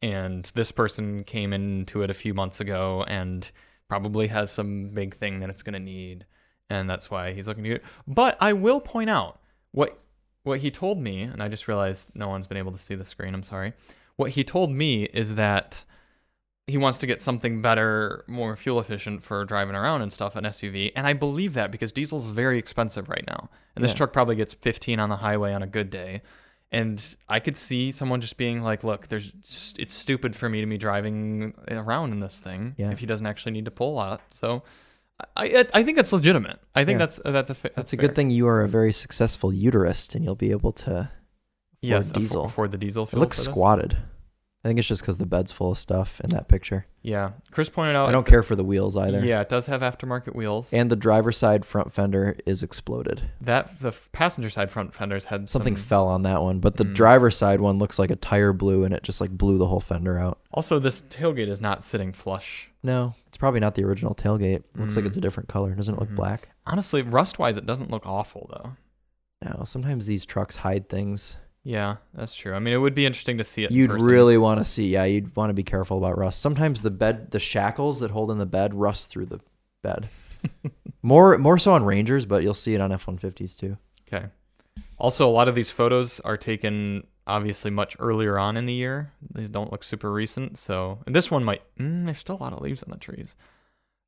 Speaker 2: and this person came into it a few months ago and probably has some big thing that it's gonna need, and that's why he's looking to get. But I will point out what what he told me, and I just realized no one's been able to see the screen. I'm sorry. What he told me is that he wants to get something better, more fuel efficient for driving around and stuff, an SUV. And I believe that because diesel's very expensive right now. And this
Speaker 1: Yeah.
Speaker 2: truck probably gets 15 on the highway on a good day. And I could see someone just being like, look, there's it's stupid for me to be driving around in this thing
Speaker 1: Yeah.
Speaker 2: if he doesn't actually need to pull out. So I I, I think that's legitimate. I think
Speaker 1: Yeah.
Speaker 2: that's uh, that's a fa- that's,
Speaker 1: that's a
Speaker 2: fair.
Speaker 1: good thing. You are a very successful uterist, and you'll be able to.
Speaker 2: Yes, afford-
Speaker 1: diesel.
Speaker 2: afford the diesel
Speaker 1: It
Speaker 2: fuel.
Speaker 1: looks
Speaker 2: for this.
Speaker 1: squatted. I think it's just because the bed's full of stuff in that picture.
Speaker 2: Yeah. Chris pointed out.
Speaker 1: I don't care for the wheels either.
Speaker 2: Yeah, it does have aftermarket wheels.
Speaker 1: And the driver's side front fender is exploded.
Speaker 2: that the f- passenger side front fenders had
Speaker 1: Something
Speaker 2: Some,
Speaker 1: fell on that one, but the
Speaker 2: Mm.
Speaker 1: driver's side one looks like a tire blew and it just like blew the whole fender out.
Speaker 2: also, this tailgate is not sitting flush.
Speaker 1: No, Hmm. it's probably not the original tailgate. Looks like
Speaker 2: Mm.
Speaker 1: it's a different color. Doesn't it look
Speaker 2: Mhm.
Speaker 1: black?
Speaker 2: Honestly, rust wise, it doesn't look awful though.
Speaker 1: No, sometimes these trucks hide things.
Speaker 2: Yeah, that's true. I mean, it would be interesting to see it. in
Speaker 1: You'd
Speaker 2: person.
Speaker 1: really want to see. Yeah, you'd want to be careful about rust. Sometimes the bed, the shackles that hold in the bed, rust through the bed. more, more so on Rangers, but you'll see it on F-150s too.
Speaker 2: Okay. Also, a lot of these photos are taken obviously much earlier on in the year. These don't look super recent. So, and this one might. Mm, there's still a lot of leaves on the trees.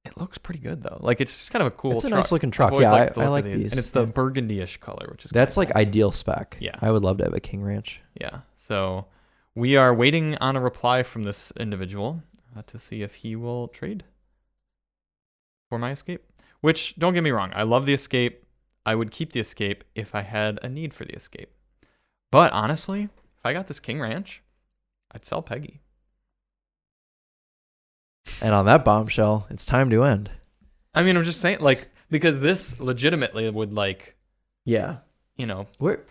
Speaker 2: It looks pretty good though. Like it's just kind of a cool.
Speaker 1: It's a
Speaker 2: truck.
Speaker 1: nice looking
Speaker 2: I've
Speaker 1: truck.
Speaker 2: always
Speaker 1: Yeah,
Speaker 2: liked
Speaker 1: I-
Speaker 2: the
Speaker 1: I
Speaker 2: look of
Speaker 1: like
Speaker 2: and
Speaker 1: these.
Speaker 2: it's the
Speaker 1: Yeah.
Speaker 2: burgundy-ish color, which is
Speaker 1: That's
Speaker 2: kinda
Speaker 1: like ideal spec.
Speaker 2: Yeah.
Speaker 1: I would love to have a King Ranch.
Speaker 2: cool. yeah. So we are waiting on a reply from this individual uh, to see if he will trade for my escape. Which don't get me wrong, I love the escape. I would keep the escape if I had a need for the escape. But honestly, if I got this King Ranch, I'd sell Peggy.
Speaker 1: And on that bombshell, it's time to end.
Speaker 2: I mean, I'm just saying, like, because this legitimately would, like,
Speaker 1: Yeah.
Speaker 2: you know,
Speaker 1: Where?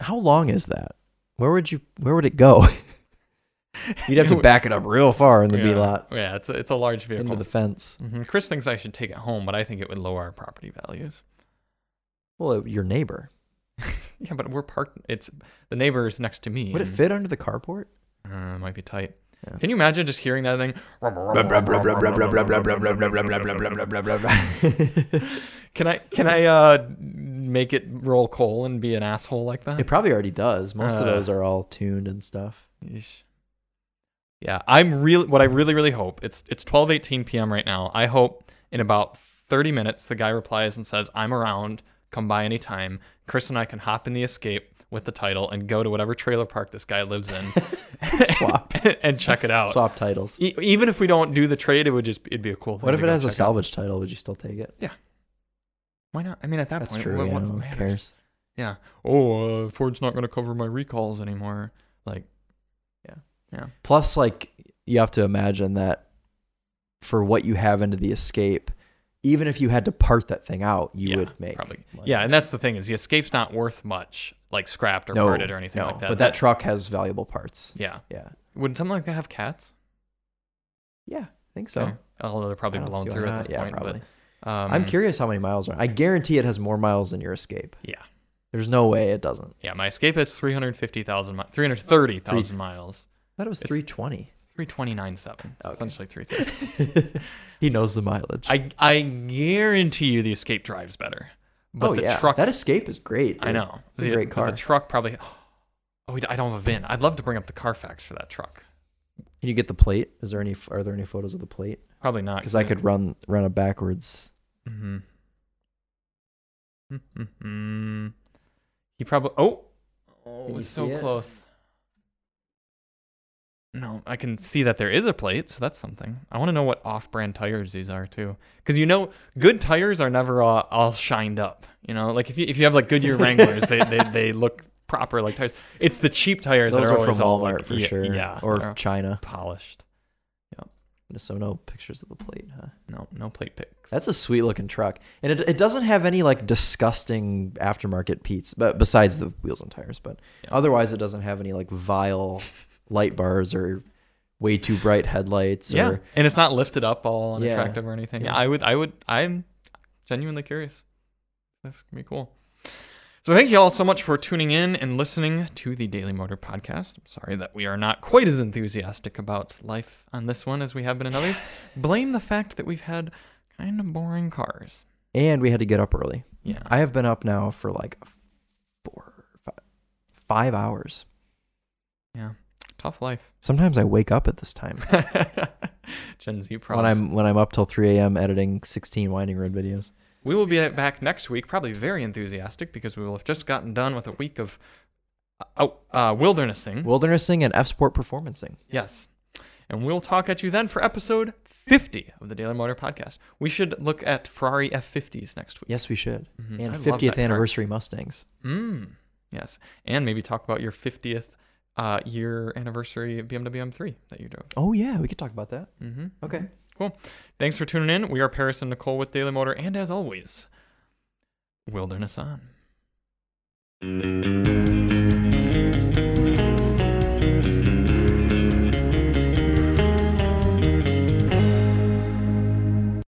Speaker 1: How long is that? Where would you? Where would it go? You'd have to back it up real far in the
Speaker 2: yeah,
Speaker 1: B lot
Speaker 2: Yeah, it's a, it's a large vehicle.
Speaker 1: into the fence.
Speaker 2: Mhm. Chris thinks I should take it home, but I think it would lower our property values.
Speaker 1: Well, your neighbor.
Speaker 2: Yeah, but we're parked. It's the neighbors next to me.
Speaker 1: Would it
Speaker 2: and-
Speaker 1: fit under the carport?
Speaker 2: Uh, it might be tight.
Speaker 1: Yeah.
Speaker 2: Can you imagine just hearing that thing? Can I can I uh, make it roll coal and be an asshole like that?
Speaker 1: It probably already does. Most
Speaker 2: Uh.
Speaker 1: of those are all tuned and stuff.
Speaker 2: Yeesh. Yeah, I'm really what I really really hope. It's it's 12:18 p.m. right now. I hope in about 30 minutes the guy replies and says, "I'm around. Come by anytime." Chris and I can hop in the escape with the title and go to whatever trailer park this guy lives in
Speaker 1: Swap,
Speaker 2: and check it out.
Speaker 1: swap titles.
Speaker 2: E- even if we don't do the trade, it would just it'd be a cool thing.
Speaker 1: What if
Speaker 2: to
Speaker 1: it
Speaker 2: go
Speaker 1: has a
Speaker 2: check out.
Speaker 1: salvage title? Would you still take it?
Speaker 2: Why not? I mean, at that
Speaker 1: That's
Speaker 2: point,
Speaker 1: true.
Speaker 2: what,
Speaker 1: yeah,
Speaker 2: what
Speaker 1: who
Speaker 2: matters?
Speaker 1: cares?
Speaker 2: Yeah. Oh, uh, Ford's not going to cover my recalls anymore. Like,
Speaker 1: Plus, like you have to imagine that for what you have into the escape, even if you had to part that thing out, you
Speaker 2: yeah,
Speaker 1: would make
Speaker 2: probably.
Speaker 1: money.
Speaker 2: Yeah, and that's the thing is the escape's not worth much, like scrapped or
Speaker 1: no,
Speaker 2: parted or anything
Speaker 1: no,
Speaker 2: like that.
Speaker 1: But that truck has valuable parts.
Speaker 2: yeah.
Speaker 1: Yeah,
Speaker 2: Would something like that have cats?
Speaker 1: yeah, I think so.
Speaker 2: Okay. although they're
Speaker 1: I
Speaker 2: probably
Speaker 1: don't
Speaker 2: blown
Speaker 1: see why
Speaker 2: through at
Speaker 1: not.
Speaker 2: this
Speaker 1: yeah,
Speaker 2: point. but,
Speaker 1: probably.
Speaker 2: um,
Speaker 1: I'm curious how many miles are. I guarantee it has more miles than your escape.
Speaker 2: Yeah.
Speaker 1: There's no way it doesn't.
Speaker 2: Yeah, my escape has 350,000 mi- 330,000
Speaker 1: Three-
Speaker 2: miles.
Speaker 1: I thought it was
Speaker 2: It's-
Speaker 1: 320.
Speaker 2: 329.7.
Speaker 1: Okay.
Speaker 2: Essentially 330.
Speaker 1: he knows the mileage.
Speaker 2: I I guarantee you the escape drives better. But
Speaker 1: oh
Speaker 2: the
Speaker 1: yeah,
Speaker 2: truck
Speaker 1: that escape is great.
Speaker 2: I
Speaker 1: dude.
Speaker 2: know.
Speaker 1: It's a great
Speaker 2: but
Speaker 1: car.
Speaker 2: The truck probably. Oh, we d- I don't have a VIN. I'd love to bring up the Carfax for that truck.
Speaker 1: Can you get the plate? Is there any? Are there any photos of the plate?
Speaker 2: Probably not.
Speaker 1: Because I could run run it backwards.
Speaker 2: Mm-hmm. Mm-hmm. He probably. Oh, oh,
Speaker 1: Can
Speaker 2: it
Speaker 1: you
Speaker 2: was so
Speaker 1: see it?
Speaker 2: close. No, I can see that there is a plate, so that's something. I want to know what off-brand tires these are too, because you know, good tires are never uh, all shined up. You know, like if you if you have like Goodyear Wranglers, they, they they look proper like tires. It's the cheap tires
Speaker 1: Those
Speaker 2: that
Speaker 1: are,
Speaker 2: are, always
Speaker 1: from
Speaker 2: all,
Speaker 1: Walmart
Speaker 2: like,
Speaker 1: for
Speaker 2: yeah,
Speaker 1: sure.
Speaker 2: yeah,
Speaker 1: or
Speaker 2: they're
Speaker 1: China.
Speaker 2: polished.
Speaker 1: So no pictures of the plate, huh?
Speaker 2: No, no plate picks.
Speaker 1: That's a sweet looking truck, and it, it doesn't have any like disgusting aftermarket peats, but besides the wheels and tires. But
Speaker 2: Yeah.
Speaker 1: otherwise, it doesn't have any like vile light bars or way too bright headlights.
Speaker 2: yeah,
Speaker 1: Or,
Speaker 2: and it's not lifted up all
Speaker 1: Yeah.
Speaker 2: unattractive or anything. Yeah,
Speaker 1: Yeah.
Speaker 2: I would, I would, I'm genuinely curious. This could be cool. So thank you all so much for tuning in and listening to the Daily Motor Podcast. I'm sorry that we are not quite as enthusiastic about life on this one as we have been in others. Blame the fact that we've had kind of boring cars.
Speaker 1: and we had to get up early.
Speaker 2: Yeah,
Speaker 1: I have been up now for like four, five, five hours.
Speaker 2: tough life.
Speaker 1: Sometimes I wake up at this time
Speaker 2: Gen Z problems.
Speaker 1: when I'm when I'm up till three a.m. editing sixteen winding road videos.
Speaker 2: We will be back next week, probably very enthusiastic because we will have just gotten done with a week of uh, uh, wildernessing.
Speaker 1: Wildernessing and F Sport performancing.
Speaker 2: yes. And we'll talk at you then for episode 50 of the Daily Motor Podcast. We should look at Ferrari F50s next week.
Speaker 1: Yes, we should.
Speaker 2: Mhm. I
Speaker 1: Mm-hmm. And
Speaker 2: love that
Speaker 1: fiftieth
Speaker 2: car.
Speaker 1: anniversary Mustangs.
Speaker 2: Mm, yes. And maybe talk about your 50th uh, year anniversary BMW M3 that you drove.
Speaker 1: Oh yeah, we could talk about that.
Speaker 2: Mm-hmm.
Speaker 1: Okay.
Speaker 2: Cool. Thanks for tuning in. We are Paris and Nicole with Daily Motor, and as always, Wilderness On.